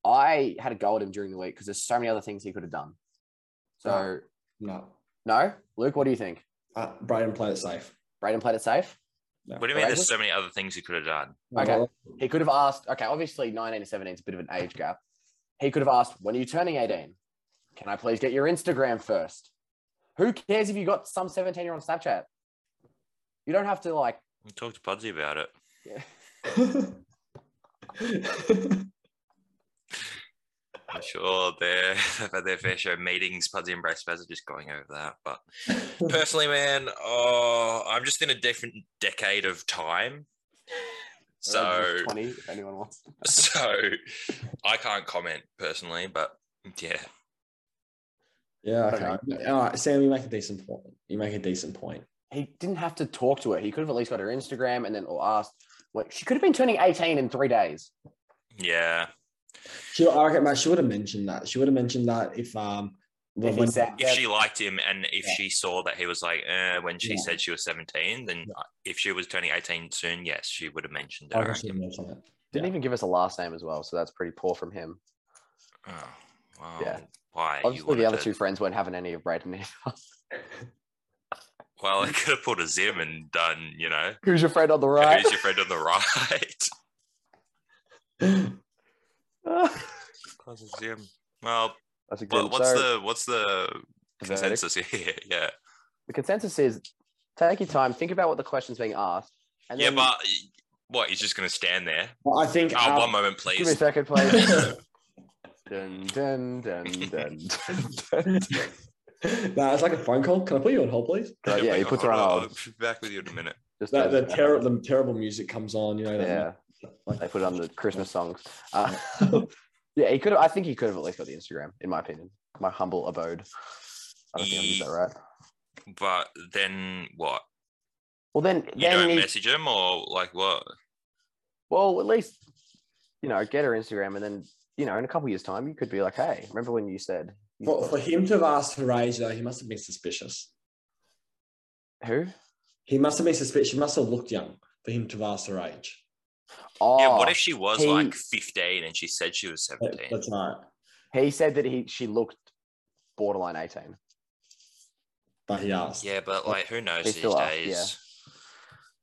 [SPEAKER 2] I had a go at him during the week because there's so many other things he could have done. So,
[SPEAKER 3] no.
[SPEAKER 2] no, Luke, what do you think?
[SPEAKER 3] Uh, Brian played it safe.
[SPEAKER 2] Braden played it safe.
[SPEAKER 3] No.
[SPEAKER 1] What do you mean? There's
[SPEAKER 2] Outrageous?
[SPEAKER 1] so many other things you could have done.
[SPEAKER 2] Okay. He could have asked, okay, obviously 19 to 17 is a bit of an age gap. He could have asked, when are you turning 18? Can I please get your Instagram first? Who cares if you got some 17 year old Snapchat? You don't have to like,
[SPEAKER 1] We talked to Pudsey about it. I'm sure they're they've had their fair share of meetings. Pudsey and Brace Spaz are just going over that. But personally, man, oh, I'm just in a different decade of time. So,
[SPEAKER 2] twenty. If anyone wants.
[SPEAKER 1] so I can't comment personally, but yeah,
[SPEAKER 3] Yeah,
[SPEAKER 2] I don't
[SPEAKER 3] okay. All right, Sam, you make a decent point. You make a decent point.
[SPEAKER 2] He didn't have to talk to her. He could have at least got her Instagram and then or asked. Like, she could have been turning eighteen in three days.
[SPEAKER 1] yeah,
[SPEAKER 3] She, I reckon, mate, she would have mentioned that. She would have mentioned that if um,
[SPEAKER 2] If he said
[SPEAKER 1] if
[SPEAKER 2] that-
[SPEAKER 1] she liked him and if
[SPEAKER 3] Yeah.
[SPEAKER 1] she saw that he was like eh, when she
[SPEAKER 3] Yeah.
[SPEAKER 1] said she was 17 then uh, if she was turning 18 soon yes she would have mentioned it
[SPEAKER 3] I
[SPEAKER 1] I
[SPEAKER 3] reckon she
[SPEAKER 1] reckon.
[SPEAKER 3] would have mentioned that.
[SPEAKER 2] didn't
[SPEAKER 3] Yeah.
[SPEAKER 2] even give us a last name as well, so that's pretty poor from him.
[SPEAKER 1] oh, wow
[SPEAKER 2] Yeah.
[SPEAKER 1] why you
[SPEAKER 2] Obviously, the
[SPEAKER 1] wanted
[SPEAKER 2] other
[SPEAKER 1] to-
[SPEAKER 2] two friends weren't having any of Braden either.
[SPEAKER 1] well I could have put a zim and done you know
[SPEAKER 2] Who's your friend on the right?
[SPEAKER 1] who's your friend on the right Cause a zim well
[SPEAKER 2] That's a
[SPEAKER 1] but
[SPEAKER 2] good.
[SPEAKER 1] what's
[SPEAKER 2] so,
[SPEAKER 1] the what's the
[SPEAKER 2] the verdict?
[SPEAKER 1] consensus here yeah
[SPEAKER 2] The consensus is take your time, think about what the question's being asked. And
[SPEAKER 1] yeah
[SPEAKER 2] then,
[SPEAKER 1] but what he's just gonna stand there
[SPEAKER 3] Well, I think.
[SPEAKER 1] oh
[SPEAKER 3] uh,
[SPEAKER 1] one moment
[SPEAKER 2] give me a
[SPEAKER 1] please
[SPEAKER 2] second, please. dun, dun, dun, dun, dun, dun.
[SPEAKER 3] nah, it's like a phone call. Can I put you on hold, please?
[SPEAKER 2] Right, yeah, he puts her on
[SPEAKER 1] I'll- I'll
[SPEAKER 2] hold.
[SPEAKER 1] be back with you in a minute
[SPEAKER 2] Just
[SPEAKER 3] That the,
[SPEAKER 2] turns it
[SPEAKER 3] ter- the terrible music comes on. You know.
[SPEAKER 2] down.
[SPEAKER 3] That
[SPEAKER 2] Yeah, they put it on the Christmas songs. Uh, yeah, he could. I think he could have at least got the Instagram, in my opinion. My humble abode. I don't think I used that right.
[SPEAKER 1] but then what
[SPEAKER 2] Well, then,
[SPEAKER 1] you
[SPEAKER 2] then
[SPEAKER 1] don't
[SPEAKER 2] he-
[SPEAKER 1] message him or like what?
[SPEAKER 2] well, at least you know, get her Instagram, and then you know, in a couple years' time, you could be like, "Hey, remember when you said you
[SPEAKER 3] For,
[SPEAKER 2] thought-
[SPEAKER 3] for him to have asked her age, though, he must have been suspicious.
[SPEAKER 2] who?"
[SPEAKER 3] He must have been suspicious. She must have looked young for him to have asked her age.
[SPEAKER 2] Oh,
[SPEAKER 1] yeah, what if she was
[SPEAKER 2] he-
[SPEAKER 1] like 15 and she said she was
[SPEAKER 3] That-
[SPEAKER 1] 17?
[SPEAKER 3] That's right.
[SPEAKER 2] he said that he she looked borderline eighteen.
[SPEAKER 3] But he asked.
[SPEAKER 1] Yeah, but like who knows
[SPEAKER 2] They
[SPEAKER 1] these
[SPEAKER 2] still are, yeah.
[SPEAKER 1] days?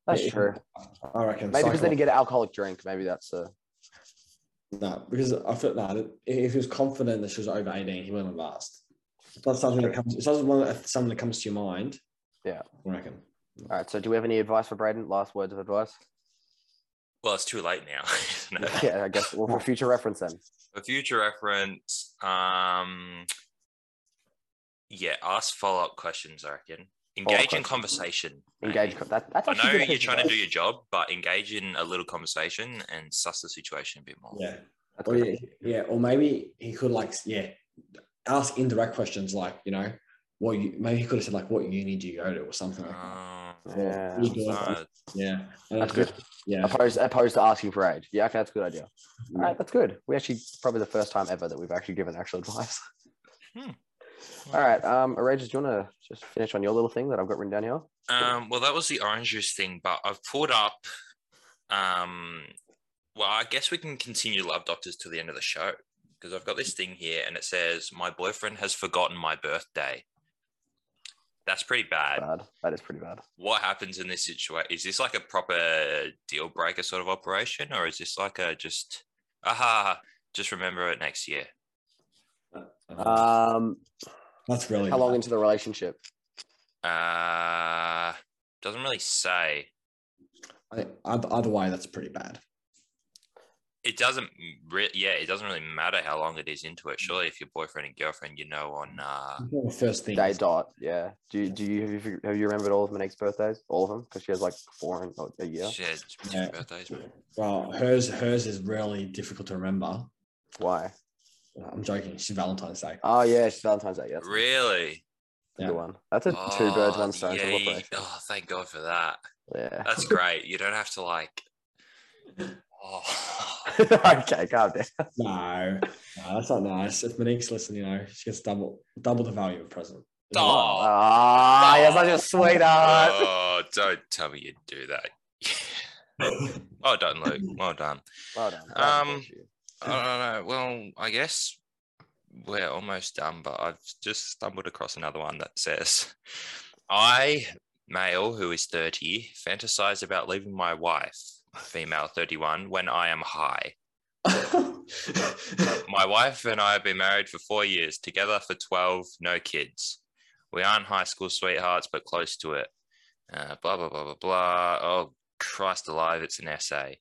[SPEAKER 2] That's
[SPEAKER 3] Yeah,
[SPEAKER 2] true.
[SPEAKER 3] I reckon.
[SPEAKER 2] Maybe because then
[SPEAKER 3] psycholo-
[SPEAKER 2] you get an alcoholic drink. Maybe that's a
[SPEAKER 3] No, because I feel that if he was confident that she was over 18, he wouldn't have asked. It's not something that comes, it's not one that- something that comes to your mind.
[SPEAKER 2] Yeah.
[SPEAKER 3] I reckon.
[SPEAKER 2] all right. So, do we have any advice for Braden? Last words of advice?
[SPEAKER 1] Well, it's too late now. isn't it?
[SPEAKER 2] Yeah, I guess well, for future reference then.
[SPEAKER 1] For future reference, um, yeah, ask follow up questions, I reckon. Engage in
[SPEAKER 2] questions.
[SPEAKER 1] conversation. mate.
[SPEAKER 2] Engage. That, that's
[SPEAKER 1] I
[SPEAKER 2] actually
[SPEAKER 1] know
[SPEAKER 2] good
[SPEAKER 1] you're
[SPEAKER 2] advice.
[SPEAKER 1] trying to do your job, but engage in a little conversation and suss the situation a bit more.
[SPEAKER 3] Yeah.
[SPEAKER 2] That's
[SPEAKER 3] Or
[SPEAKER 2] good.
[SPEAKER 3] yeah, yeah, or maybe he could like yeah, ask indirect questions like you know what you maybe he could have said like what uni do you go to or something like that.
[SPEAKER 1] Oh,
[SPEAKER 2] Yeah.
[SPEAKER 3] Or-
[SPEAKER 1] no,
[SPEAKER 3] yeah, And
[SPEAKER 2] That's
[SPEAKER 3] I
[SPEAKER 2] good.
[SPEAKER 3] think- Yeah,
[SPEAKER 2] Opposed, opposed to asking for aid. Yeah, okay, that's a good idea. All right, that's good. We actually probably the first time ever that we've actually given actual advice.
[SPEAKER 1] Hmm.
[SPEAKER 2] All right, um, Arages, do you want to just finish on your little thing that I've got written down here?
[SPEAKER 1] Um, well, that was the orange juice thing, but I've pulled up. Um, well, I guess we can continue Love Doctors till the end of the show because I've got this thing here and it says, My boyfriend has forgotten my birthday. That's pretty bad.
[SPEAKER 2] Bad. That is pretty bad.
[SPEAKER 1] What happens in this situation? Is this like a proper deal breaker sort of operation or is this like a just, aha, just remember it next year?
[SPEAKER 2] Um,
[SPEAKER 3] that's really
[SPEAKER 2] how long
[SPEAKER 3] bad.
[SPEAKER 2] into the relationship?
[SPEAKER 1] Uh, doesn't really say.
[SPEAKER 3] I- oth- Other way, that's pretty bad.
[SPEAKER 1] it doesn't re- yeah it doesn't really matter how long it is
[SPEAKER 2] Mm.
[SPEAKER 1] into it surely if your boyfriend and girlfriend you know on uh
[SPEAKER 3] Well, First thing,
[SPEAKER 2] Day dot. Yeah. Do you, do you have, you have you remembered all of Monique's birthdays? All of them? Because she has like four in a year.
[SPEAKER 1] shared
[SPEAKER 3] Yeah.
[SPEAKER 1] birthdays man.
[SPEAKER 3] well, hers hers is really difficult to remember.
[SPEAKER 2] Why?
[SPEAKER 3] I'm joking. She's Valentine's Day.
[SPEAKER 2] Oh yeah, it's Valentine's Day. Yeah, that's
[SPEAKER 1] really Oh,
[SPEAKER 2] a
[SPEAKER 3] Yeah.
[SPEAKER 2] good one. That's a two birds one stone.
[SPEAKER 1] yeah, Uh,
[SPEAKER 2] sort of
[SPEAKER 1] you-
[SPEAKER 2] operation.
[SPEAKER 1] oh thank god for that
[SPEAKER 2] Yeah.
[SPEAKER 1] that's great you don't have to like oh
[SPEAKER 2] okay, calm down.
[SPEAKER 3] No, no, that's not nice. If Monique's listening, you know, she gets double double the value of a present.
[SPEAKER 1] Oh,
[SPEAKER 2] Ah, you're such a sweetheart.
[SPEAKER 1] oh, don't tell me you do that well done luke well done
[SPEAKER 2] Well done.
[SPEAKER 1] Um,
[SPEAKER 2] Well done, Lucy.
[SPEAKER 1] I don't know. Well, I guess we're almost done, but I've just stumbled across another one that says, I, male who is 30, fantasize about leaving my wife, female 31, when I am high. My wife and I have been married for four years, together for 12, no kids. We aren't high school sweethearts, but close to it. Uh, blah, blah, blah, blah, blah. Oh, Christ alive, it's an essay.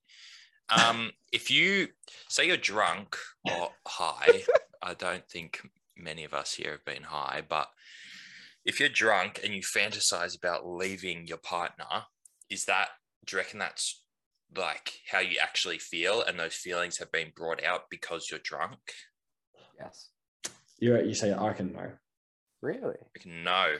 [SPEAKER 1] Um, if you say you're drunk or high, I don't think many of us here have been high, but if you're drunk and you fantasize about leaving your partner, is that, do you reckon that's like how you actually feel, and those feelings have been brought out because you're drunk.
[SPEAKER 2] Yes.
[SPEAKER 3] You you say I can know.
[SPEAKER 2] Really?
[SPEAKER 1] Like, no,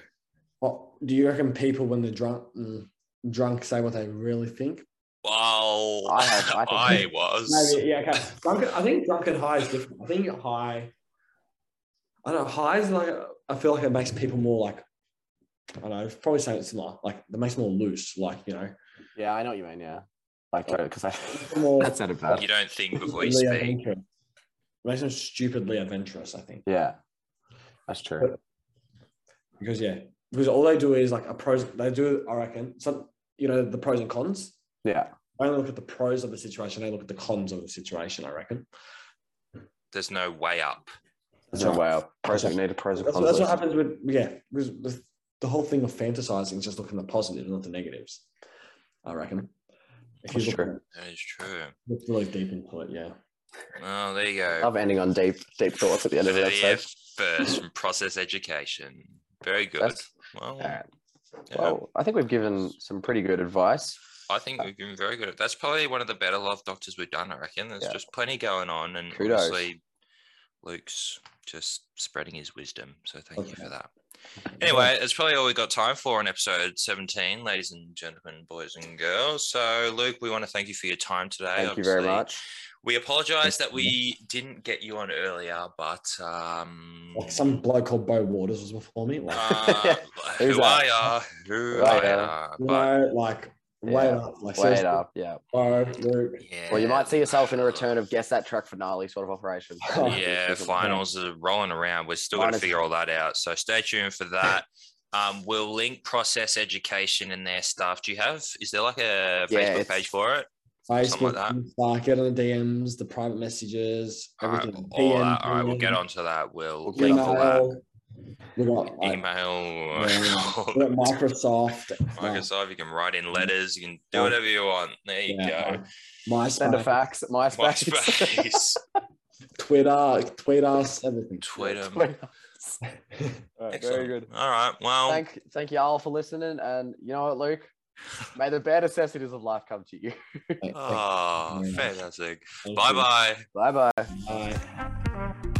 [SPEAKER 3] Well, do you reckon people when they're drunk, mm, drunk say what they really think?
[SPEAKER 1] well,
[SPEAKER 2] I have- I
[SPEAKER 1] I,
[SPEAKER 2] think-
[SPEAKER 1] was.
[SPEAKER 3] Maybe, yeah, okay. Drunk, I think drunk and high is different. I think high, I don't know, high is like, I feel like it makes people more like, I don't know, probably something similar. Like, it makes them more loose, like, you know.
[SPEAKER 2] Yeah, I know what you mean. Yeah. Like, because I,
[SPEAKER 3] More
[SPEAKER 2] that sounded bad.
[SPEAKER 1] You don't think before you
[SPEAKER 3] stupidly
[SPEAKER 1] speak.
[SPEAKER 3] adventurous. Makes them stupidly adventurous, I think.
[SPEAKER 2] Yeah. That's true.
[SPEAKER 3] Because, yeah, because all they do is like a pros, they do, I reckon, some, you know, the pros and cons.
[SPEAKER 2] Yeah.
[SPEAKER 3] They only look at the pros of the situation, they look at the cons of the situation, I reckon.
[SPEAKER 1] There's no way up.
[SPEAKER 2] There's no way up. Pros and need a pros and
[SPEAKER 3] That's,
[SPEAKER 2] cons.
[SPEAKER 3] that's what
[SPEAKER 2] list.
[SPEAKER 3] happens with yeah, with, with the whole thing of fantasizing is just looking at the positive, not the negatives. I reckon. If you
[SPEAKER 2] That's
[SPEAKER 3] look,
[SPEAKER 2] true.
[SPEAKER 1] That is true.
[SPEAKER 3] look really deep into it, yeah.
[SPEAKER 1] Oh, there you go.
[SPEAKER 2] Love ending on deep, deep thoughts at the end of the
[SPEAKER 1] Video
[SPEAKER 2] episode.
[SPEAKER 1] first from process education. Very good.
[SPEAKER 2] That's-
[SPEAKER 1] well,
[SPEAKER 2] All right.
[SPEAKER 1] yeah,
[SPEAKER 2] Well, I think we've given some pretty good advice.
[SPEAKER 1] I think we've been very good. at That's probably one of the better love doctors we've done. I reckon. There's
[SPEAKER 2] Yeah.
[SPEAKER 1] just plenty going on, and
[SPEAKER 2] Kudos.
[SPEAKER 1] obviously, Luke's just spreading his wisdom. So thank you
[SPEAKER 3] Okay.
[SPEAKER 1] for that. Anyway, that's probably all we've got time for in episode 17, ladies and gentlemen, boys and girls. So, Luke, we want to thank you for your time today.
[SPEAKER 2] Thank you very
[SPEAKER 1] Obviously,
[SPEAKER 2] much.
[SPEAKER 1] We apologize that
[SPEAKER 3] Thank you.
[SPEAKER 1] we didn't get you on earlier, but um,
[SPEAKER 3] Like some bloke called Bo Waters was before me. Like,
[SPEAKER 1] uh, who
[SPEAKER 2] Who's that?
[SPEAKER 1] are ya? Who
[SPEAKER 2] Who are
[SPEAKER 1] are
[SPEAKER 2] ya?
[SPEAKER 1] ya?
[SPEAKER 3] you
[SPEAKER 1] But
[SPEAKER 3] know, like wait
[SPEAKER 2] Yeah.
[SPEAKER 3] up, like
[SPEAKER 2] Wait
[SPEAKER 3] seriously,
[SPEAKER 2] up. Yeah.
[SPEAKER 3] Bo, Luke.
[SPEAKER 1] yeah.
[SPEAKER 2] Well, you might see yourself in a return of guess that track finale sort of operation.
[SPEAKER 3] Oh,
[SPEAKER 1] yeah, finals are rolling around. We're still going to
[SPEAKER 2] Finals.
[SPEAKER 1] figure all that out. So stay tuned for that. Um, we'll link process education and their stuff. Do you have? Is there like a
[SPEAKER 2] Yeah,
[SPEAKER 1] Facebook
[SPEAKER 2] it's-
[SPEAKER 1] page for it?
[SPEAKER 3] Facebook,
[SPEAKER 1] that.
[SPEAKER 3] Insta, get on the DMs, the private messages,
[SPEAKER 1] Uh, All right,
[SPEAKER 3] everything.
[SPEAKER 1] all,
[SPEAKER 3] DM,
[SPEAKER 1] that. all right, we'll get onto that. We'll
[SPEAKER 2] We'll get
[SPEAKER 1] link all that.
[SPEAKER 3] Email. We got like,
[SPEAKER 1] Email.
[SPEAKER 3] yeah, we got Microsoft. like,
[SPEAKER 1] Microsoft. You can write in letters. You can
[SPEAKER 3] Yeah.
[SPEAKER 1] do whatever you want. There you
[SPEAKER 3] yeah,
[SPEAKER 1] go.
[SPEAKER 3] like,
[SPEAKER 2] Send a
[SPEAKER 3] MySpace.
[SPEAKER 2] fax at MySpace.
[SPEAKER 1] MySpace,
[SPEAKER 3] Twitter, tweet us, everything.
[SPEAKER 1] Twitter.
[SPEAKER 2] Wait. All right,
[SPEAKER 1] um, Excellent. Um,
[SPEAKER 2] very good.
[SPEAKER 1] All right. Well,
[SPEAKER 2] Thank, thank you all for listening. And you know what, Luke? May the bare necessities of life come to you.
[SPEAKER 3] Thank- thank-
[SPEAKER 1] oh,
[SPEAKER 3] very much.
[SPEAKER 1] fantastic.
[SPEAKER 3] thank you.
[SPEAKER 1] Bye bye.
[SPEAKER 2] Bye bye.
[SPEAKER 3] Bye.